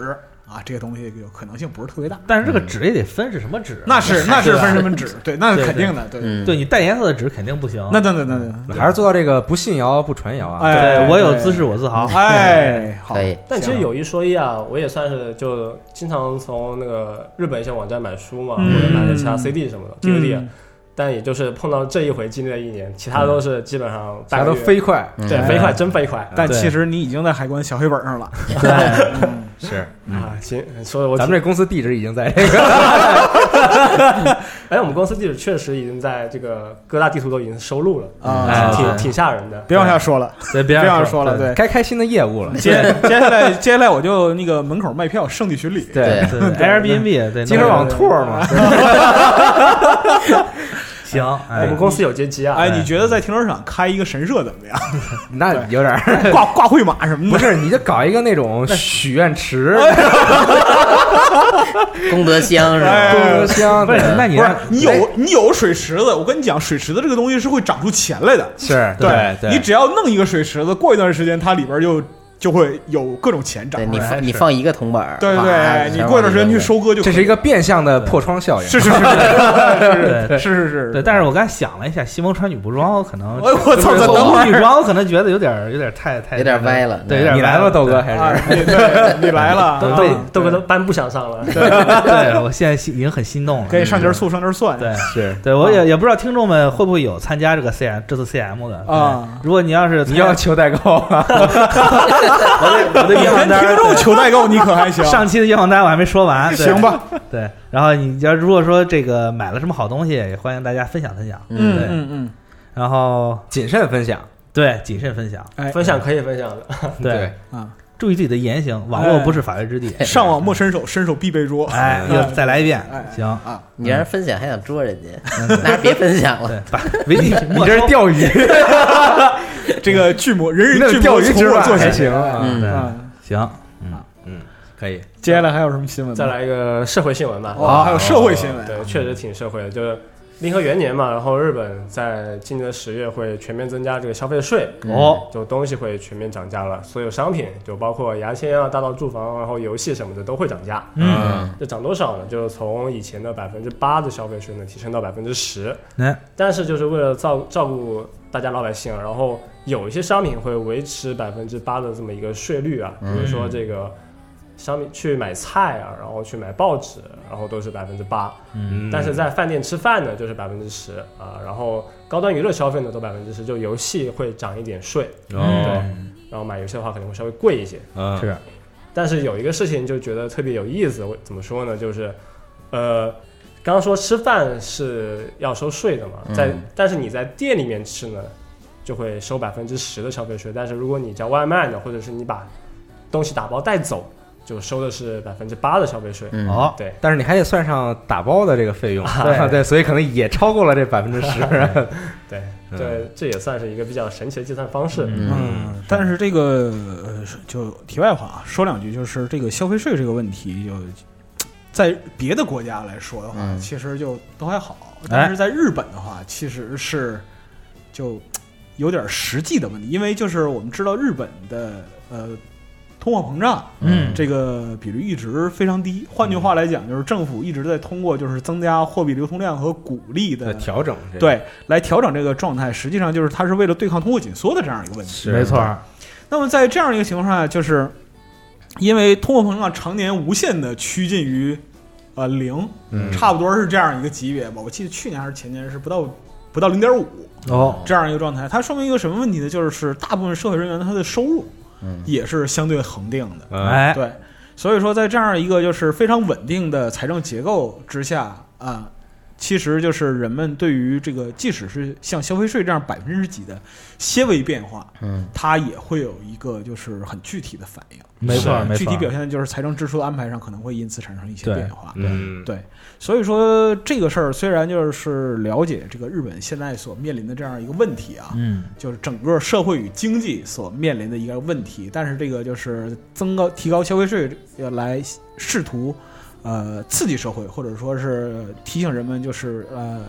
S4: 啊，这个东西有可能性不是特别大。
S6: 但是这个纸也得分是什啊么纸。
S4: 那是那是分什么纸？对，那是
S6: 对
S4: 肯定的。对，
S2: 嗯
S6: 对你带颜色的纸肯定不行。
S4: 那等等等等，
S3: 还是做到这个不信谣不传谣啊！
S4: 哎，
S6: 对我有
S4: 对
S6: 姿势，。我自豪。
S4: 哎，好
S2: 可，以，
S5: 但其实有一说一啊，我也算是就经常从那个日本一些网站买书嘛，或
S4: 嗯
S5: 者买的其他 CD 什么的 DVD，啊
S4: 嗯
S5: 但也就是碰到这一回经历了一年，其他都是基本上
S3: 大家
S5: 半个
S3: 都
S5: 月
S4: 嗯
S3: 飞快，
S5: 啊对飞快真飞快。
S4: 哎但
S6: 对
S4: 其实你已经在海关小黑本上了。
S6: 对，
S4: 嗯
S3: 是，
S5: 啊，行，说的我
S3: 咱
S5: 挺
S3: 们这公司地址已经在这个，
S5: 哎，我们公司地址确实已经在这个各大地图都已经收录了，
S6: 哎
S4: 啊，
S5: 挺
S6: 对
S5: 挺吓人的。
S4: 别往下说了，
S6: 对，别
S4: 别往
S6: 样
S4: 下说了，，对。
S3: 该开新的业务了。
S4: 接接下来接下来我就那个门口卖票，圣地巡礼。
S3: 对，
S6: 对对 Airbnb 对，
S3: 集合网
S6: 兔
S3: 兔儿嘛，
S6: 行，
S5: 我
S6: 哎
S5: 们公司有接机啊，
S4: 哎，你觉得在停车场开一个神社怎么样？
S3: 那有点 儿
S4: 挂挂绘马什么
S3: 不
S4: 的？
S3: 是，你就搞一个那种许愿池、
S2: 功德箱是吧？
S4: 哎
S3: 功德箱，
S6: 不是，那你
S4: 不是
S6: 让，
S4: 你有你有水池子，我跟你讲，水池子这个东西是会长出钱来的。
S3: 是对，
S4: 你只要弄一个水池子，过一段时间它里边就就会有各种钱长
S2: 对
S4: 出
S2: 你
S4: 来。
S2: 放
S3: 是
S2: 你放一个铜板儿，
S4: 对对
S2: 哇
S4: 对，你过一段时间去，收割就可
S3: 这
S4: 以
S3: 是一个变相的破窗效应。
S4: 是是是
S6: 对
S4: 是是是
S6: 对，
S4: 是。
S6: 但是我刚才想了一下，西蒙穿女仆装，我可能
S4: 哎我操！
S2: 就是
S4: 等
S2: 我
S4: 会
S6: 蒙女
S4: 儿
S6: 装，我可能觉得有点儿有点儿太太
S2: 有点歪了
S6: 对，有点儿
S3: 啊你来
S6: 歪
S3: 吧，
S6: 了，
S3: 豆哥，
S6: 对
S3: 还
S4: 啊
S3: 是，
S4: 你对你来了啊，
S6: 都
S5: 豆豆哥都班不想上了，
S6: 对，我现在心已经很心动了，嗯
S4: 可以上节醋上节蒜。
S6: 对。
S3: 是
S6: 对，
S4: 啊
S6: 我也也不知道听众们会不会有参加这个 CM 这次 CM 的
S4: 啊
S6: 对如果你要是参
S3: 你
S6: 加
S3: 要求代购啊？
S6: 我的
S4: 你
S6: 愿望
S4: 跟
S6: 单
S4: 听
S6: 儿，
S4: 众求代购，你可还行
S6: 对？上期的愿望单我还没说完，对
S4: 行？吧？
S6: 对，然后你要如果说这个买了什么好东西，也欢迎大家分享分享，
S2: 嗯
S6: 对
S4: 嗯嗯，
S6: 然后
S3: 谨慎分享，
S6: 对谨慎分享，
S4: 哎
S5: 分享可以分享的。
S6: 对，
S4: 啊，哎
S6: 注意自己的言行，网络不是法律之
S3: 哎
S6: 地。
S4: 上网莫伸手，伸手必被捉。
S6: 哎，又再来一遍
S4: 哎，
S6: 行，
S4: 啊，
S2: 你让人分享还想捉人家，
S4: 嗯
S2: 那别分享了。
S6: 对，把维 基
S3: 你
S6: 没
S3: 这
S6: 收
S3: 是钓鱼，
S4: 这个巨魔人人
S3: 你那
S4: 巨
S3: 是
S4: 魔
S3: 钓鱼
S4: 从
S3: 执
S4: 我
S3: 法
S4: 做
S3: 还
S4: 起。
S3: 行啊？
S6: 嗯，对，
S4: 嗯，
S6: 行，
S3: 嗯，可以，
S4: 接下来还有什么新闻？
S5: 再，来一个社会新闻吧。
S4: 哦，还有社会新闻。
S5: 对，确实挺社会的，就是令和元年嘛，然后日本在今年的十月会全面增加这个消费税，
S4: 嗯
S6: 哦，
S5: 就东西会全面涨价了，所有商品就包括牙签啊、大到住房，然后游戏什么的都会涨价。
S6: 嗯，
S5: 这涨多少呢？就是从以前的百分之八的消费税呢，提升到百分之十。
S6: 那
S5: 但是就是为了照照顾大家老百姓啊，然后有一些商品会维持百分之八的这么一个税率啊，比如说这个商品去买菜啊，然后去买报纸，然后都是百分之八。
S3: 嗯
S5: 但是在饭店吃饭呢，就是百分之十啊，然后高端娱乐消费呢都百分之十，就游戏会涨一点税，
S3: 哦，
S5: 然后买游戏的话可能会稍微贵一些。
S3: 嗯，
S6: 是
S5: 但是有一个事情就觉得特别有意思，我怎么说呢？就是，呃，刚刚说吃饭是要收税的嘛，在、但是你在店里面吃呢，就会收百分之十的消费税，但是如果你叫外卖呢，或者是你把东西打包带走，就收的是百分之八的消费税。
S2: 嗯，
S6: 哦，
S5: 对，
S3: 但是你还得算上打包的这个费用，啊
S6: 对
S3: 对，所以可能也超过了这百分之十。
S5: 对，
S3: 嗯
S5: 这这也算是一个比较神奇的计算方式。
S3: 嗯，
S4: 但是这个呃就题外话啊，说两句，就是这个消费税这个问题，就在别的国家来说的话，
S2: 嗯
S4: 其实就都还好，
S3: 哎
S4: 但是在日本的话，其实是就有点实际的问题，因为就是我们知道日本的呃通货膨胀，
S6: 嗯
S4: 这个比率一直非常低。换句话来讲，就是政府一直在通过就是增加货币流通量和鼓励
S3: 对
S4: 的。
S3: 调整这个，
S4: 对，来调整这个状态，实际上就是它是为了对抗通货紧缩的这样一个问题。
S3: 是
S6: 没错，儿，
S4: 那么在这样一个情况下，就是因为通货膨胀常年无限的趋近于呃零，
S3: 嗯
S4: 差不多是这样一个级别吧。我记得去年还是前年是不到不到零点五
S6: 哦，
S4: 这样一个状态。它说明一个什么问题呢？就是大部分社会人员他的收入
S2: 嗯
S4: 也是相对恒定的，
S3: 嗯，
S6: 哎，
S4: 呃对。所以说，在这样一个就是非常稳定的财政结构之下啊，其实就是人们对于这个，即使是像消费税这样百分之几的些微变化，
S2: 嗯，
S4: 它也会有一个就是很具体的反应。
S6: 没错儿，没错儿，
S4: 具体表现就是财政支出的安排上可能会因此产生一些
S6: 对
S4: 变化。
S3: 嗯，
S4: 对，所以说这个事儿虽然就是了解这个日本现在所面临的这样一个问题啊，
S6: 嗯，
S4: 就是整个社会与经济所面临的一个问题，但是这个就是增高提高消费税呃来试图呃刺激社会，或者说是呃提醒人们就是呃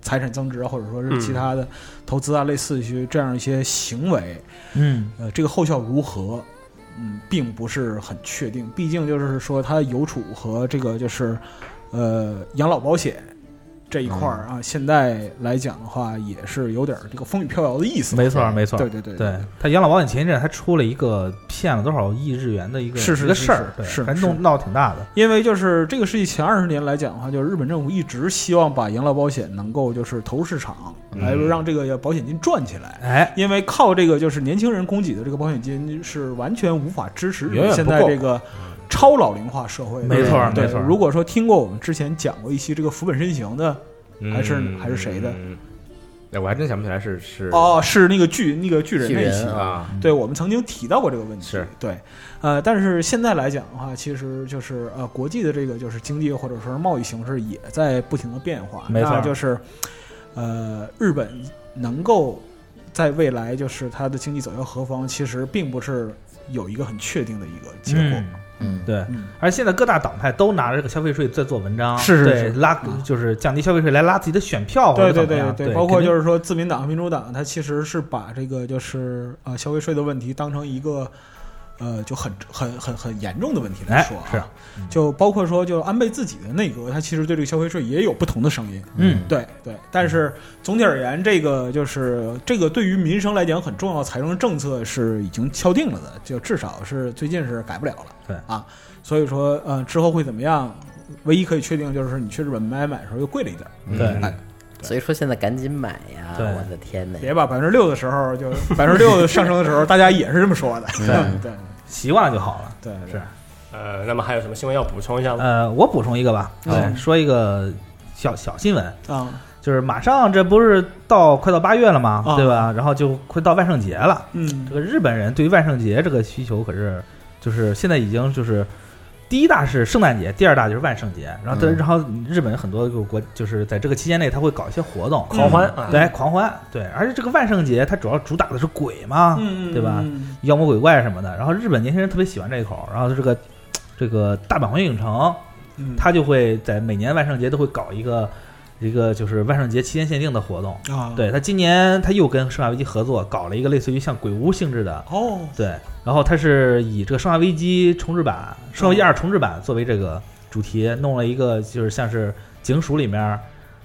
S4: 财产增值啊，或者说是其他的投资啊，类似于这样一些行为，
S6: 嗯，
S4: 呃，这个后效如何，嗯，并不是很确定。毕竟就是说，它的邮储和这个就是，呃，养老保险这一块
S6: 嗯
S4: 儿啊，现在来讲的话，也是有点儿这个风雨飘摇的意思。
S6: 没错儿，没错儿，
S4: 对对对
S6: 对他养老保险前一阵还出了一个骗了多少亿日元的一个
S4: 是是
S6: 一个
S4: 是
S6: 事儿，
S4: 是
S6: 对
S4: 是
S6: 还
S4: 是
S6: 弄闹挺大的，
S4: 因为就是这个世纪前二十年来讲的话，就是日本政府一直希望把养老保险能够就是投入市场，来
S3: 嗯
S4: 让这个保险金赚起来。
S6: 哎，
S4: 因为靠这个就是年轻人供给的这个保险金是完全无法支持日
S3: 远
S4: 本
S3: 远
S4: 现
S3: 不
S4: 在
S3: 够
S4: 这个超老龄化社会的。
S6: 没错儿
S4: 对
S6: 没错儿
S4: 如果说听过我们之前讲过一期这个福本身行的，
S3: 嗯
S4: 还是还是谁的？
S3: 哎，我还真想不起来是是
S4: 哦，是那个巨那个巨人
S2: 巨
S4: 那一期
S2: 人
S3: 啊，
S6: 嗯
S4: 对，我们曾经提到过这个问题，
S3: 是
S4: 对，呃，但是现在来讲的话，其实就是呃，国际的这个就是经济或者说是贸易形势也在不停的变化，
S6: 没错
S4: 那就是呃，日本能够在未来就是它的经济走向何方，其实并不是有一个很确定的一个结果。
S6: 嗯
S2: 嗯，
S6: 对
S4: 嗯，
S6: 而现在各大党派都拿着这个消费税在做文章，
S4: 是是
S6: 对
S4: 是嗯
S6: 拉就是降低消费税来拉自己的选票或者
S4: 对
S6: 怎
S4: 对
S6: 么
S4: 对
S6: 样，
S4: 包括
S6: 肯定
S4: 就是说，自民党、民主党，它其实是把这个就是呃消费税的问题当成一个呃就很很很很严重的问题来说、啊
S6: 哎是嗯
S4: 就包括说就安倍自己的内阁，他其实对这个消费税也有不同的声音。
S6: 嗯
S4: 对对，但是总体而言，这个就是这个对于民生来讲很重要的财政政策是已经敲定了的，就至少是最近是改不了了。
S6: 对
S4: 啊，所以说呃之后会怎么样？唯一可以确定就是你去日本买买的时候又贵了一点儿。
S6: 对
S3: 嗯
S4: 哎
S2: 所以说现在赶紧买呀！
S6: 对
S2: 我的天哪！
S4: 别把百分之六的时候就百分之六上升的时候，大家也是这么说的。
S2: 嗯
S4: 对
S6: 习惯了就好了。
S4: 对对
S6: 是
S5: 呃，那么还有什么新闻要补充一下吗？
S6: 呃，我补充一个吧，
S4: 好
S6: 对，说一个小小新闻，
S4: 啊
S6: 就是马上这不是到快到八月了吗？
S4: 啊
S6: 对吧？然后就快到万圣节了。
S4: 嗯
S6: 这个日本人对于万圣节这个需求可是，就是现在已经就是第一大是圣诞节，第二大就是万圣节。然后对，
S2: 嗯
S6: 然后日本很多个国就是在这个期间内，他会搞一些活动，
S5: 狂欢啊，
S6: 对，狂欢，对，而且这个万圣节它主要主打的是鬼嘛，
S4: 嗯
S6: 啊对吧
S4: 嗯
S6: 妖魔鬼怪什么的。然后日本年轻人特别喜欢这一口，然后这个这个大阪环球影城，
S4: 嗯
S6: 它就会在每年万圣节都会搞一个一个就是万圣节期间限定的活动。
S4: 啊
S6: 对他今年他又跟《生化危机》合作，搞了一个类似于像鬼屋性质的，
S4: 哦
S6: 对，然后它是以这个《生化危机》重置版、《生化危机
S3: 嗯
S6: 二》重置版作为这个主题，弄了一个就是像是警署里面，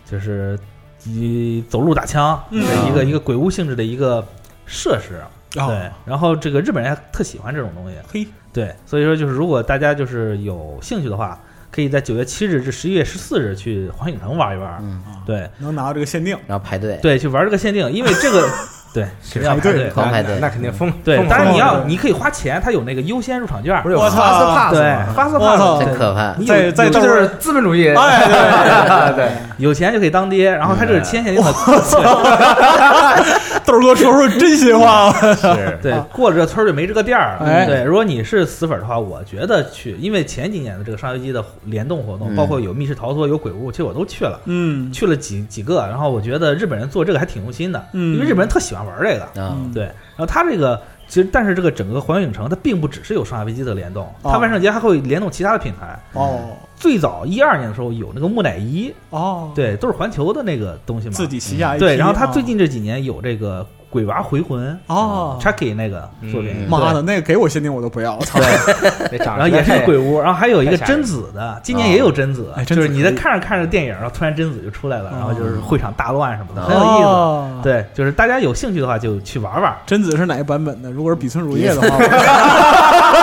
S6: 就是以走路打枪，
S4: 嗯
S6: 一个一个鬼屋性质的一个设施。对
S3: 哦
S4: 啊，
S6: 然后这个日本人还特喜欢这种东西，
S4: 嘿
S6: 对，所以说就是如果大家就是有兴趣的话，可以在九月七日至十一月十四日去环影城玩一玩。
S2: 嗯，
S6: 对
S4: 能拿到这个限定
S2: 然后排队，
S6: 对，去玩这个限定，因为这个对肯定要排队。
S2: 狂排队
S3: 啊那那肯定疯。
S6: 对，
S3: 疯
S6: 当然
S3: 狂
S6: 你要
S3: 的
S6: 你可以花钱，它有那个优先入场券。
S3: 不是有
S4: 我操
S3: fast pass
S6: 对
S3: 吗，
S6: 发送
S4: 我操
S2: 真可怕！啊
S6: 你
S4: 在
S6: 有
S4: 在
S3: 这
S4: 这
S3: 就是资本主义。
S4: 哎对对
S6: 有钱就可以当爹，然后他这
S4: 嗯
S6: 是牵线定的，
S4: 对，豆儿哥说说真心话啊，
S3: 是
S6: 对，过了这村儿就没这个店儿了。
S4: 哎
S6: 对，如果你是死粉儿的话，我觉得去，因为前几年的这个上游机的联动活动，
S2: 嗯
S6: 包括有密室逃脱、有鬼屋，其实我都去了，
S4: 嗯
S6: 去了几几个，然后我觉得日本人做这个还挺用心的，
S4: 嗯
S6: 因为日本人特喜欢玩这个。
S2: 啊，
S6: 嗯对，然后他这个其实，但是这个整个环球影城它并不只是有上海危机的联动，它
S4: 哦
S6: 万圣节还会联动其他的品牌。
S4: 哦
S6: 最早一二年的时候有那个木乃伊，
S4: 哦，
S6: 对，都是环球的那个东西嘛，
S4: 自己旗下 IP
S6: 对，然后他
S4: 啊
S6: 最近这几年有这个《鬼娃回魂》
S4: 哦
S6: Chucky 那个作品，
S3: 嗯
S6: 对
S4: 妈的，，那个给我限定我都不要，我操，
S3: 得长
S6: 然后
S3: 得
S6: 也
S3: 实在
S6: 是鬼屋，然后还有一个
S3: 太吓
S6: 贞
S3: 人
S6: 子的，今年也有贞子
S4: 哎，贞
S6: 就
S4: 子
S6: 是你在看着看着电影，然后突然贞子就出来了，
S4: 哦
S6: 然后就是会场大乱什么的，
S2: 哦
S6: 很有意
S4: 哦
S6: 思。，对，就是大家有兴趣的话就去玩玩。
S4: 贞子是哪个版本的？如果是比村如叶的话，我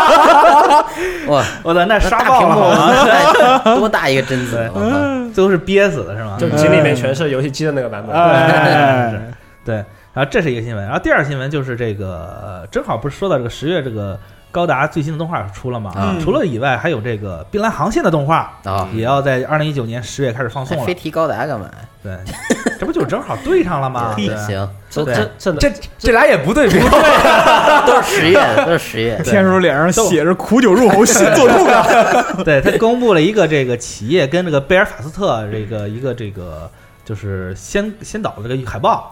S2: 哇，
S6: 我的那刷
S2: 大屏
S6: 爆
S2: 幕
S6: 了，
S2: 啊，多大一个啊贞子！我靠
S4: 嗯
S6: 最后是憋死的是吗？
S5: 就
S4: 嗯
S5: 井里面全是游戏机的那个版本。
S4: 哎，
S6: 对，然后这是一个新闻，然后第二新闻就是这个，呃正好不是说到这个十月这个高达最新的动画出了嘛？
S2: 嗯
S6: 除了以外，还有这个《碧蓝航线》的动画
S2: 啊！
S6: 也要在二零一九年十月开始放送
S2: 还
S6: 了
S2: 非。提高达干嘛？
S6: 对，这不就正好对上 了吗？啊对吧，
S2: 行，
S5: 这
S6: 对
S5: 这这
S3: 这这俩也不对，不对，
S2: 都是十月，都是十月。
S4: 天叔脸上写着苦酒入喉，心作痛啊，
S6: 对他公布了一个这个企业跟这个贝尔法斯特这个一个这个就是先先导的这个海报。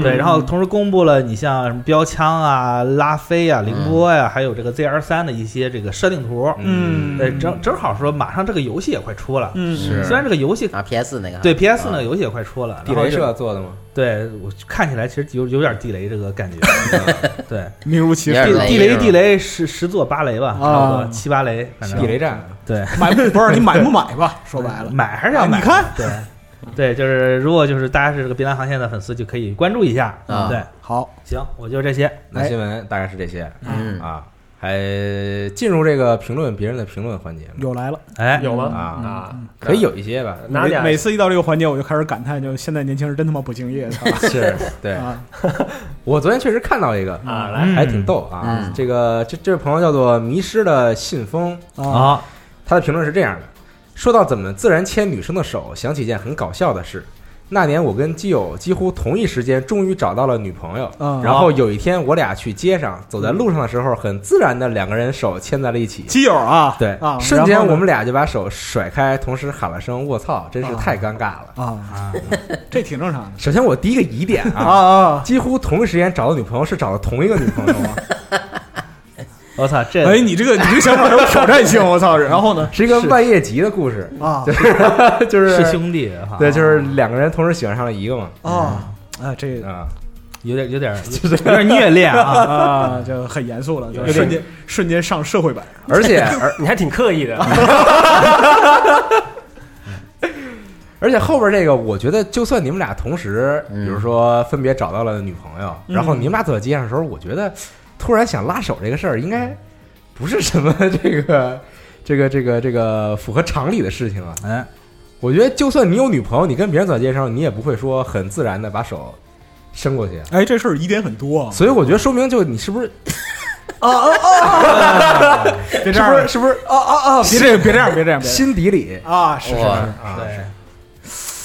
S2: 啊，
S6: 对，然后同时公布了你像什么标枪啊、拉菲啊、凌波呀、还有这个 ZR 三的一些这个设定图。
S4: 嗯，
S3: 哎
S6: 对，正正好说，马上这个游戏也快出了。
S4: 嗯
S3: 是
S6: 虽然这个游戏
S2: 啊，PS 那个
S6: 对 PS 那
S2: 啊
S6: 个游戏也快出了，
S3: 地
S6: 然后
S3: 雷
S6: 就
S3: 社做的吗？
S6: 对我看起来其实有有点地雷这个感觉。
S3: 嗯
S6: 对，
S4: 名如其
S2: 有点
S4: 实，
S6: 地
S2: 雷是
S6: 地雷
S2: 吧
S6: 地雷十十座八雷吧，差不多
S4: 啊
S6: 七八雷，反正
S3: 地雷战，
S6: 对，
S4: 买不不是你买不买吧？说白了，
S6: 买 还是要
S4: 哎
S6: 买。
S4: 你看，
S6: 对对，就是如果就是大家是这个碧蓝航线的粉丝，就可以关注一下。
S2: 啊
S6: 对，
S4: 好，
S3: 哎
S6: 行，我就这些。
S3: 那新闻大概是这些
S2: 嗯
S3: 啊。还进入这个评论别人的评论环节吗
S4: 又来了。
S6: 哎，
S5: 有吗？
S3: 啊
S5: 啊，
S3: 可以有一些吧，
S5: 拿
S4: 每
S5: 俩
S4: 每次一到这个环节，我就开始感叹，就现在年轻人真他妈不敬业，操
S3: 是 嗯对
S4: 啊！
S3: 我昨天确实看到一个，
S5: 啊，来
S6: 嗯
S3: 还挺逗啊。
S2: 嗯
S3: 这个这这位朋友叫做迷失的信封，
S4: 啊，
S6: 啊，
S3: 他的评论是这样的：说到怎么自然牵女生的手，想起一件很搞笑的事。那年我跟基友几乎同一时间，终于找到了女朋友。
S4: 嗯
S3: 然后有一天我俩去街上，走在路上的时候，很自然的两个人手牵在了一 起。
S4: 基友啊，
S3: 对，
S4: 啊，
S3: 瞬间
S4: 然后呢
S3: 我们俩就把手甩开，同时喊了声“卧槽”，真是太尴尬了。
S4: 啊，这挺正常的
S3: 首先我第一个疑点
S4: 啊
S3: 啊，
S4: 啊！
S3: 几乎同一时间找的女朋友是找的同一个女朋友啊 吗？
S6: 我操，这
S4: 哎，你这个你这个想法有挑战性，我操！然后 呢？
S3: 是一个万叶集的故事，
S4: 啊
S3: 就是是
S6: 兄弟哈，
S3: 对，就是两个人同时喜欢上了一个嘛，
S4: 啊啊！这
S3: 啊，
S6: 有点有点有点虐恋啊，
S4: 啊，就很严肃了，就
S5: 点
S4: 瞬间瞬间上社会版。
S3: 而且而
S5: 你还挺刻意的，
S3: 而且后边这个，我觉得就算你们俩同时，
S2: 嗯
S3: 比如说分别找到了女朋友，然后你们俩走在街上的时候，我觉得突然想拉手这个事儿，应该不是什么 这个这个这个这个符合常理的事情啊。
S6: 哎，
S3: 我觉得就算你有女朋友，你跟别人走在街上，你也不会说很自然的把手伸过去。啊
S4: 哎，这事儿疑点很多啊！
S3: 所以我觉得，说明就你是不是
S4: 别这
S3: 是
S4: 样
S3: 不是是不是
S4: 啊啊啊！别这样，别这样，别这样，别这样
S3: 心底里
S4: 啊！是是
S2: 哇
S4: 是，
S3: 啊？
S6: 对，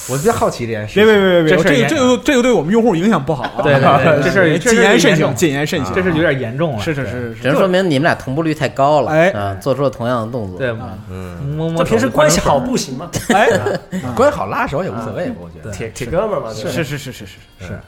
S3: 我就好奇这件事
S4: 别
S3: 情。
S4: 别别别别，
S6: 这事儿
S4: 这个
S6: 严
S4: 这个这个对我们用户影响不好啊！
S6: 对 对对，这事儿
S4: 谨言慎行，
S6: 重，啊
S4: 谨言慎行，
S6: 这事儿有点严重了，
S4: 是是是
S2: 只
S4: 是
S2: 能说明你们俩同步率太高了，
S4: 哎
S2: 啊，做出了同样的动作，
S6: 对，
S4: 啊
S3: 嗯，
S6: 摸摸手
S5: 这平时关系好不行吗？
S4: 哎，
S6: 啊
S3: 关系好拉手也无所谓，
S4: 嗯
S3: 我觉得。
S5: 铁铁哥们儿嘛，对吧
S4: 是是是是是
S3: 是
S4: 是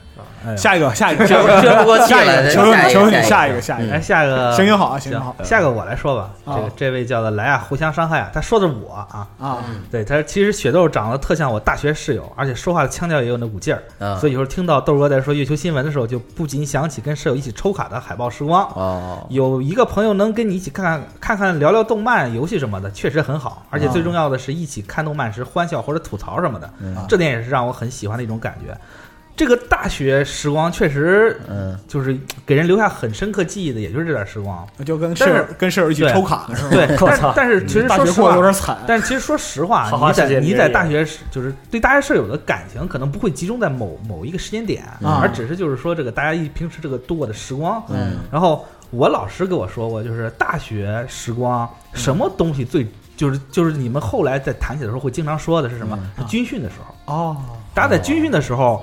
S6: 哎呦
S4: 下一个下一个下
S2: 就
S4: 一
S2: 是
S4: 个，
S2: 撅不过气
S4: 下一
S2: 来，
S4: 个，求求你求求你
S2: 下
S4: 下一个下一
S6: 哎，
S4: 个，
S6: 下个
S4: 行行好啊，行行
S6: 行
S4: 好，
S6: 下个我来说吧。这
S4: 啊
S6: 个这位叫做来啊，互相伤害啊，他说的是我啊，
S4: 啊
S6: 对他其实雪豆长得特像我大学室友，而且说话的腔调也有那股劲儿，
S2: 嗯
S6: 所以有时候听到豆哥在说月球新闻的时候，就不禁想起跟室友一起抽卡的海报时光。
S2: 哦，
S6: 有一个朋友能跟你一起看看看看聊聊动漫、游戏什么的，确实很好。而且最重要的是，一起看动漫时欢笑或者吐槽什么的，这点也是让我很喜欢的一种感觉。这个大学时光确实
S2: 嗯，
S6: 就是给人留下很深刻记忆的，也就是这段时光。
S4: 那就跟室友跟室友一起抽卡是吧？
S6: 对，
S5: 我
S6: 但
S5: 操
S6: 但是其实
S4: 大
S6: 说
S4: 学
S6: 实
S4: 过得有
S6: 话，
S4: 点惨，
S6: 但是其实说实话，
S5: 花花
S6: 你
S5: 世界
S6: 在
S5: 里
S6: 你
S5: 面
S6: 在
S5: 也
S6: 大学时就是对大学舍友的感情可能不会集中在某某一个时间点，
S4: 啊
S6: 而只是就是说这个大家一平时这个度过的时光。
S2: 嗯，
S6: 然后我老师跟我说过，就是大学时光什么东西最就是就是你们后来在谈起的时候会经常说的是什么？是军训的时候，
S4: 哦
S6: 大家在军训的时候。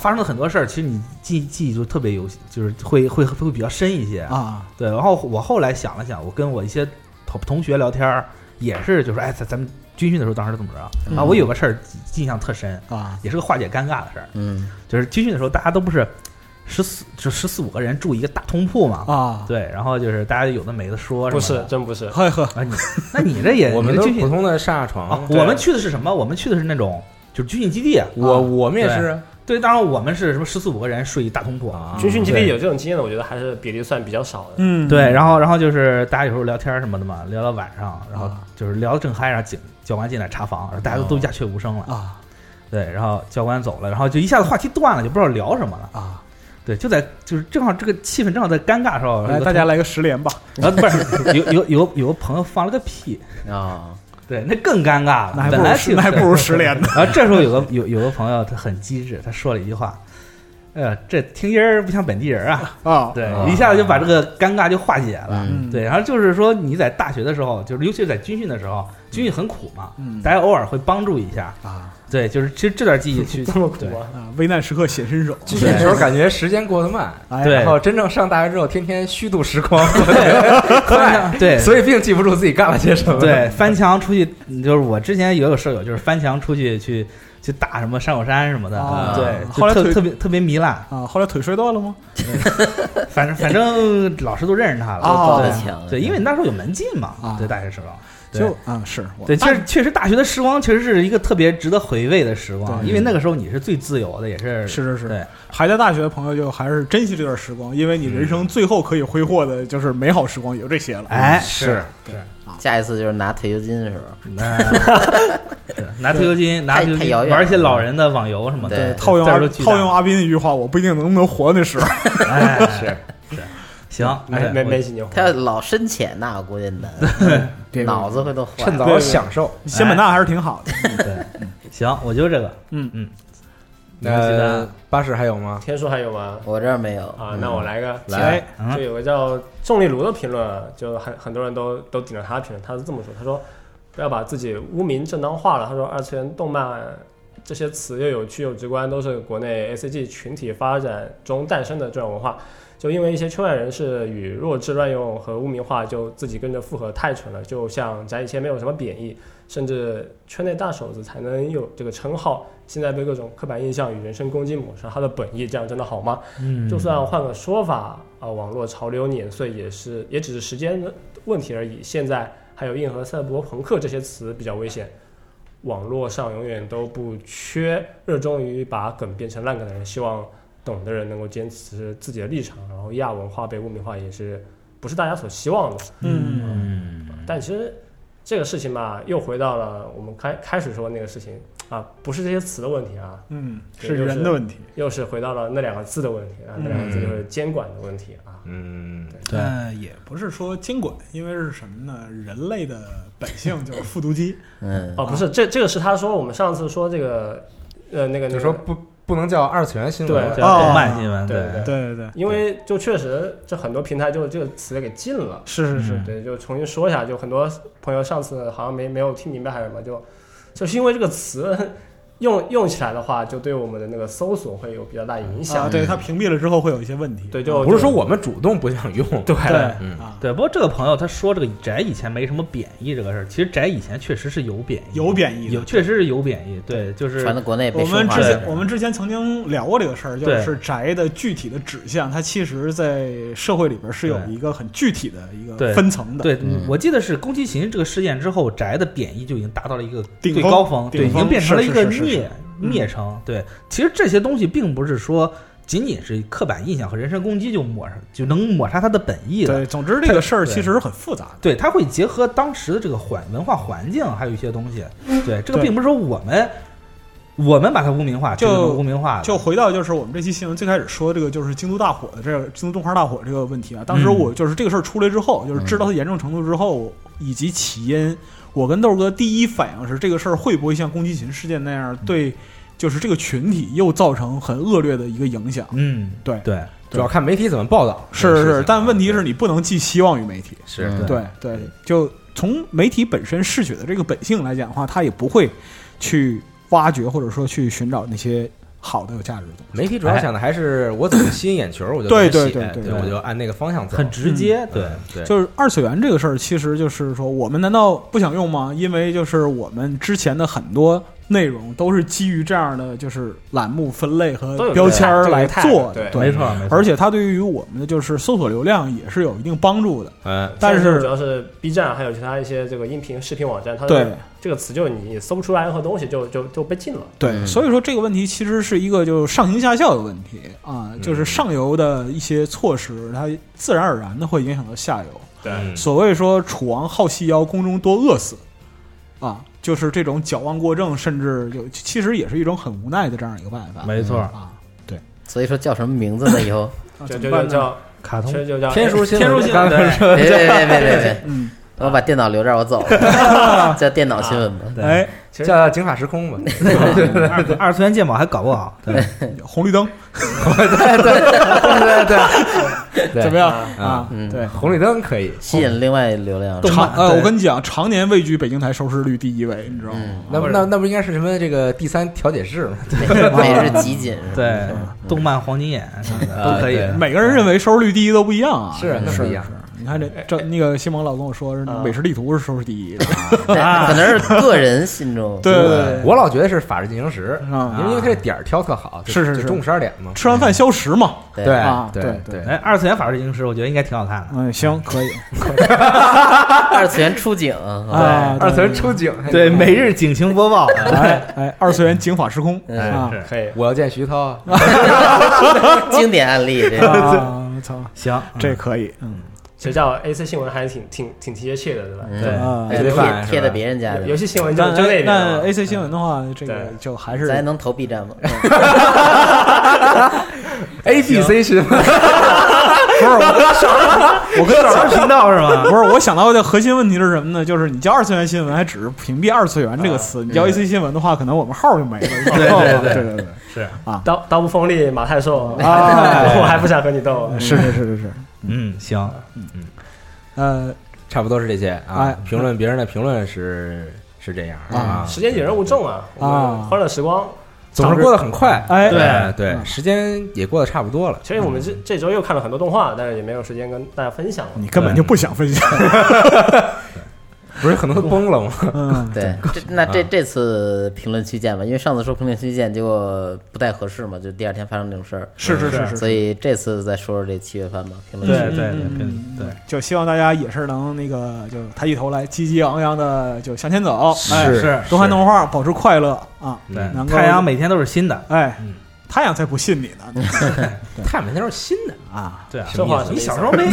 S6: 发生了很多事儿，其实你记记忆就特别有，就是会会会比较深一些
S4: 啊
S6: 对，然后我后来想了想，我跟我一些同同学聊天儿，也是就是哎，咱咱们军训的时候当时怎么着
S2: 嗯
S6: 啊？我有个事儿印象特深，
S4: 啊
S6: 也是个化解尴尬的事儿，
S2: 嗯，
S6: 就是军训的时候大家都不是十四就十四五个人住一个大通铺嘛，
S4: 啊！
S6: 对，然后就是大家有的没的说什
S5: 不
S6: 么
S5: 是
S6: 的，
S5: 真不是，
S4: 呵呵，
S6: 啊，你那你这也
S3: 我们
S6: 你
S3: 都
S6: 的
S3: 是
S6: 军
S3: 普
S6: 训
S3: 通的上下
S6: 啊
S3: 床，，
S5: 对
S6: 我们去的是什么？我们去的是那种就是军训基地啊，
S3: 我我们也
S6: 对
S3: 是啊
S6: 对，当然我们是什么十四五个人睡一大通铺
S3: 啊
S5: 军训基
S6: 对
S5: 地有这种经验的，我觉得还是比例算比较少的。
S4: 嗯，
S6: 对，然后然后就是大家有时候聊天什么的嘛，聊到晚上，然后就是聊得正嗨，然后警教官进来查房，然后大家都都鸦雀无声了。
S4: 啊
S6: 对，然后教官走了，然后就一下子话题断了，就不知道聊什么了。
S4: 啊，
S6: 对，就在就是正好这个气氛正好在尴尬的时候，有
S4: 来
S6: 个
S4: 哎大家来个十连吧，
S6: 同，啊不是有有有有个朋友放了个屁，
S2: 哦，
S6: 对，那更尴尬
S4: 那
S6: 了啊
S4: 还。不
S6: 本
S4: 如
S6: 来
S4: 十
S6: 挺
S4: 那还不如十 连呢。
S6: 然后这时候有个有有个朋友他很机智，他说了一句话。哎呀，这听音儿不像本地人 啊！
S4: 啊，
S6: 对
S2: 啊，
S6: 一下子就把这个尴尬就化解了。
S2: 嗯，
S4: 嗯
S6: 对，然后就是说你在大学的时候，就是尤其是在军训的时候，军训很苦嘛，
S4: 嗯
S6: 大家偶尔会帮助一下。
S4: 啊
S6: 对，就是其实这段记忆 去
S5: 这么苦
S6: 对
S5: 吗？
S4: 啊，危难时刻显身手，
S3: 军训的时候感觉时间过得慢，
S4: 哎
S6: 对
S3: 然后真正上大学之后，天天虚度时光，
S6: 翻 墙， 对
S3: 所以并记不住自己干了些什么。
S6: 对，翻墙出去，就是我之前也有舍友，就是翻墙出去去去打什么山口山什么的，
S4: 啊
S6: 对，
S4: 后来
S6: 就
S4: 腿
S6: 特特别特别糜烂，
S4: 啊，后来腿摔断了吗？
S6: 反正反正老师都认识他了，
S4: 哦
S2: 高
S6: 对
S2: 的强，
S6: 对，因为那时候有门禁
S4: 啊
S6: 嘛，对大学时候。对
S4: 就啊，是我
S6: 对，确实确实，大学的时光确实是一个特别值得回味的时光，
S4: 对
S6: 因为那个时候你是最自由的，也是
S4: 是是是
S6: 对
S4: 还在大学的朋友就还是珍惜这段时光，因为你人生最后可以挥霍的就是美好时光，有这些了。嗯
S6: 哎，
S3: 是
S2: 下一次就是拿退休金的时候，
S6: 那 对拿退休金，拿
S2: 太
S6: 退休
S2: 太
S6: 金
S2: 遥远
S6: 玩一些
S2: 了
S6: 老人的网游什么
S2: 对
S6: 的，
S4: 套用
S6: 字
S4: 阿
S6: 儿都巨大
S4: 套用阿斌的一句话，我不一定能不能活到那时候。
S6: 哎是是。行，
S5: 没没
S6: 我
S5: 没几年
S2: 他
S5: 活
S2: 要
S5: 了。
S2: 老深潜，那我估计难，
S4: 对
S2: 脑子会都坏
S3: 趁
S2: 了。
S3: 早享受。
S4: 仙本那还是挺好的。
S6: 对，嗯行，我就这个，
S4: 嗯
S6: 嗯，
S3: 那呃巴士还有吗？
S5: 天数还有吗？
S2: 我这儿没有，
S5: 啊，那我来个，
S3: 来，
S6: 嗯
S5: 就有个叫重力炉的评论，啊就很很多人都都顶着他评论，他是这么说，他说不要把自己污名正当化了，他说二次元动漫这些词又有趣又直观，都是国内 A C G 群体发展中诞生的这种文化。就因为一些圈外人士与弱智乱用和污名化，就自己跟着附和太蠢了。就像翟以前没有什么贬义，甚至圈内大手子才能有这个称号，现在被各种刻板印象与人身攻击抹杀它的本意，这样真的好吗？
S6: 嗯
S5: 就算换个说法啊、网络潮流碾碎也是，也只是时间的问题而已。现在还有硬核、赛博朋克这些词比较危险，网络上永远都不缺热衷于把梗变成烂梗的人，希望懂的人能够坚持自己的立场。然后亚文化被污名化也是不是大家所希望的，
S4: 嗯，
S5: 但其实。这个事情吧，又回到了我们开开始说那个事情啊，不是这些词的问题啊，
S4: 嗯，
S5: 对
S4: 是
S5: 就是
S4: 人的问题。
S5: 又是回到了那两个字的问题啊，那两个字就是监管的问题啊。
S3: 嗯，
S6: 对
S4: 但呃也不是说监管，因为是什么呢？人类的本性就是复读机。
S2: 嗯，
S4: 啊
S5: 哦，不是，这这个是他说我们上次说这个，呃，那个
S3: 嗯就说，不不能叫二次元新闻
S5: 对，
S6: 叫
S4: 哦
S6: 动漫新闻，
S5: 那个对对，
S4: 对对对，
S5: 因为就确实这很多平台就这个词给禁了，嗯
S4: 是是是，
S5: 对，就重新说一下，就很多朋友上次好像没没有听明白还是什么，就就是因为这个词 用用起来的话，就对我们的那个搜索会有比较大影
S4: 啊，
S5: 响，
S4: 对它屏蔽了之后会有一些问题。啊
S5: 对，就
S3: 不是说我们主动不想用，
S5: 对
S4: 对
S3: 嗯
S4: 啊，
S6: 对，不过这个朋友他说这个宅以前没什么贬义这个事儿，其实宅以前确实是有贬义，
S4: 有贬义的
S6: 有确实是有贬义，对，就是
S2: 传到国内被
S4: 我们
S2: 驯化
S4: 之
S2: 了
S4: 前我们之前曾经聊过这个事儿，就
S6: 对
S4: 是宅的具体的指向，它其实，在社会里边是有
S6: 对
S4: 一个很具体的一
S6: 对
S4: 个分层的。
S6: 对，
S2: 嗯
S6: 我记得是宫崎勤这个事件之后，宅的贬义就已经达到了一个
S4: 顶
S6: 最
S4: 峰
S6: 高峰，对，
S4: 顶
S6: 已经
S4: 峰
S6: 变成了
S4: 是
S6: 一个
S4: 是是是
S6: 蔑
S4: 嗯
S6: 蔑称。对，其实这些东西并不是说仅仅是刻板印象和人身攻击就抹杀就能抹杀它的本意的。
S4: 对，总之这个事儿
S6: 对
S4: 其实是很复杂的。
S6: 对，它会结合当时的这个环文化环境，还有一些东西。对，这个
S4: 对
S6: 并不是说我们我们把它污名化，
S4: 就
S6: 这个污名化的
S4: 就回到就是我们这期新闻最开始说这个就是京都大火的这个京都动画大火这个问题啊，当时
S6: 嗯
S4: 我就是这个事儿出来之后，就是知道它严重程度之后以及起因，我跟豆哥第一反应是这个事儿会不会像宫崎勤事件那样
S6: 嗯
S4: 对，就是这个群体又造成很恶劣的一个影响。
S6: 嗯，
S4: 对
S6: 对
S3: 主要看媒体怎么报道。
S4: 是
S3: 这个事
S4: 是，
S3: 情
S4: 但问题是你不能寄希望于媒体。
S3: 是
S2: 嗯
S4: 对对，就从媒体本身嗜血的这个本性来讲的话，他也不会去挖掘或者说去寻找那些好的有价值的东西。
S3: 媒体主要想的还是我怎么吸引眼球，我就
S4: 对
S3: 怎么
S4: 对
S3: 写
S4: 对对
S3: 我就按那个方向走。
S6: 很直接，对。
S3: 嗯对，
S4: 就是二次元这个事儿，其实就是说，我们难道不想用吗？因为就是我们之前的很多内容都是基于这样的就是栏目分类和
S5: 都有
S4: 标签儿来
S5: 都有
S4: 做
S5: tag，对
S4: 的，
S6: 没
S4: 对。
S6: 错，没错，
S4: 而且它对于我们的就是搜索流量也是有一定帮助的，
S3: 嗯，
S4: 但
S5: 现在主
S4: 是
S5: 要是 B 站还有其他一些这个音频、视频网站，它
S4: 对
S5: 这个词就你搜不出来任何东西就，就就被禁了。
S4: 对，
S2: 嗯
S4: 所以说这个问题其实是一个就是上行下效的问题啊，就是上游的一些措施，它自然而然的会影响到下游。
S5: 对
S3: 嗯
S4: 所谓说“楚王好细腰，宫中多饿死”，啊，就是这种矫枉过正，甚至就其实也是一种很无奈的这样一个办法
S6: 没错，
S4: 啊。
S2: 所以说叫什么名字呢？以后
S4: 那啊
S5: 就
S4: 怎么
S5: 就就
S4: 办呢？
S5: 叫，
S6: 卡
S5: 其
S6: 通
S5: 实就叫哎
S3: 天书新
S6: 天书新 闻
S3: 刚才说
S2: 别别别别别别，
S4: 嗯，
S2: 我把电脑留这儿，我走了，叫电脑新闻吧。
S6: 对
S4: 哎，
S5: 对
S3: 叫警法时空吧，
S6: 二二次元鉴宝还搞不好，对，
S4: 红绿灯
S3: 对
S4: 怎么样
S3: 啊
S4: 啊？
S2: 嗯
S4: 对，
S3: 红绿灯可以，
S2: 吸引另外流量。
S6: 动
S4: 常
S6: 漫
S4: 呃，
S6: 对
S4: 我跟你讲，常年位居北京台收视率第一位，你知道吗？
S2: 嗯，
S3: 那不那那不应该是什么这个第三调解室吗？
S2: 每日集锦是吧
S6: 对，动漫黄金眼什么的都可以。
S3: 啊对
S4: 每个人认为收视率第一都不一样啊，
S3: 是那不一样，
S4: 你看这这那个西蒙老跟我说，是那个美食地图是收视第一的，
S2: 对可能是个人心中
S4: 对对对对，
S3: 呃我老觉得是《法制进行时》，
S4: 啊
S3: 因为它这点儿挑特好，就是
S4: 是是
S3: 就中午十二点嘛。
S4: 吃完饭消食嘛，
S2: 对
S3: 对
S4: 啊
S3: 对
S4: 对
S6: 哎，二次元法制进行时，我觉得应该挺好看的。
S4: 嗯，行，可以
S2: 二次元出警，
S4: 啊，
S3: 二次元
S4: 对
S3: 出警，哎
S6: 对，每日警情播报，
S4: 哎哎，二次元警法时空啊
S6: 是
S5: 可以。
S3: 我要见徐涛，
S2: 经典案例这个。
S4: 啊，操，
S6: 行，
S4: 这可以，嗯
S5: 其实叫 AC 新闻还是挺挺挺贴切的，对吧？
S6: 对
S4: 啊
S2: 哎贴
S3: 对饭是
S2: 贴
S3: 吧
S2: 在别人家
S5: 游
S2: 的，
S5: 戏新闻就
S4: 但
S5: 就那边
S4: 但
S5: 嘛
S4: AC 新闻的话，这个
S5: 对
S4: 就还
S2: 咱
S4: 是
S2: 能投 B 站吗？
S6: 嗯
S3: A B C 是吗？
S4: 不是我我跟
S6: 早上频道是吗？
S4: 不是，我想到的核心问题是什么呢？就是你叫二次元新闻，还只是屏蔽“二次元”这个词；你叫 AC 新闻的话，可能我们号就没了。
S6: 对对对
S4: 对对对，
S5: 是
S4: 啊
S5: 刀刀不锋利马太瘦，
S4: 哎
S5: 我还不想和你斗。
S4: 是是是是是。
S6: 嗯，行，
S4: 呃，
S3: 差不多是这些啊
S4: 哎。
S3: 评论别人的评论是是这样啊，
S5: 时间紧任务重啊，我
S4: 啊
S5: 们欢乐时光。
S3: 总是过得很快。
S4: 哎，
S3: 哎对，
S4: 嗯
S3: 时间也过得差不多了。
S5: 其实我们这这周又看了很多动画，但是也没有时间跟大家分享了。
S4: 你根本就不想分享。
S3: 不是很多都崩了吗？
S4: 嗯，
S2: 对，这那这这次评论区见吧，因为上次说评论区见，结果不太合适嘛，就第二天发生这种事儿，
S4: 是是是
S5: 是
S4: 是
S2: 所
S4: 是。
S2: 以这次再说说这七月番吧，评论
S6: 对
S2: 区
S6: 对对
S4: 嗯
S6: 对对，
S4: 就希望大家也是能那个，就抬起头来，积极昂扬的就向前走。哎，
S6: 是
S4: 多看动画，保持快乐啊！
S3: 嗯
S4: 能够
S6: 太阳每天都是新的，
S4: 哎
S3: 嗯，
S4: 太阳才不信你呢
S3: 太满天都是新的，
S4: 啊
S6: 对啊，
S5: 说话
S3: 你小时
S5: 候
S3: 候没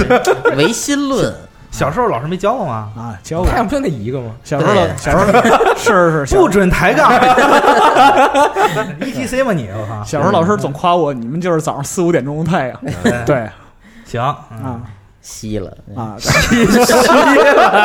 S2: 唯心论，
S6: 小时候老师没教过吗？
S4: 啊！教我
S3: 太阳不就那一个吗？
S4: 小时候的
S2: 对
S4: 小时候的是是是，
S6: 不准抬 杠，ETC E 吗你？我靠，
S4: 小时候老师总夸我，你们就是早上四五点钟的太阳。对
S6: 嗯行
S4: 啊，
S2: 吸了，
S4: 啊，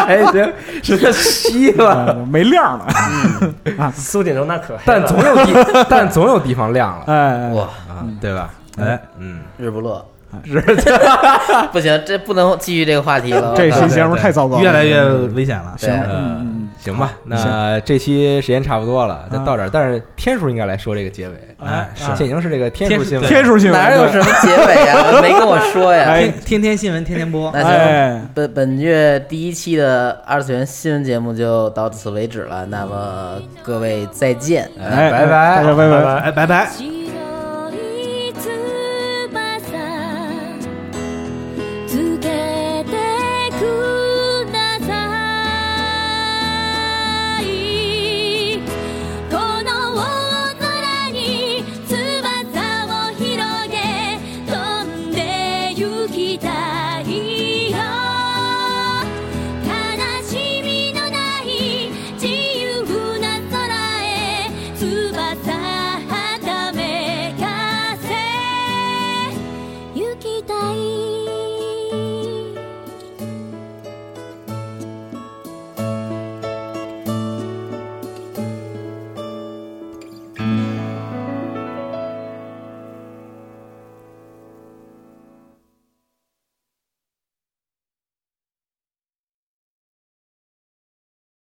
S3: 还行，实在稀 了。
S4: 呃没亮了，
S5: 四五点钟那可黑了
S3: 但总有 地，但总有地方亮了
S4: 哎，
S2: 哇，
S3: 啊，对吧？
S6: 哎，
S3: 嗯，
S2: 日不落， 不行，这不能继续这个话题了，
S4: 这期
S6: 对
S4: 节目太糟糕了，
S6: 越来越危险了。
S2: 对
S3: 呃
S4: 嗯，
S3: 行吧，那这期时间差不多了，就到这儿。但是天数应该来说这个结尾，
S6: 哎
S3: 是现已经是这个天
S6: 天
S3: 数新闻，
S4: 天数新闻
S2: 哪有什么结尾 呀？没跟我说呀。
S4: 哎
S6: 天天天新闻天天播，
S2: 那
S4: 哎
S2: 行，本本月第一期的二次元新闻节目就到此为止了，那么各位再见。
S3: 哎拜拜
S4: 大家拜拜。
S6: 哎，拜拜。
S1: 记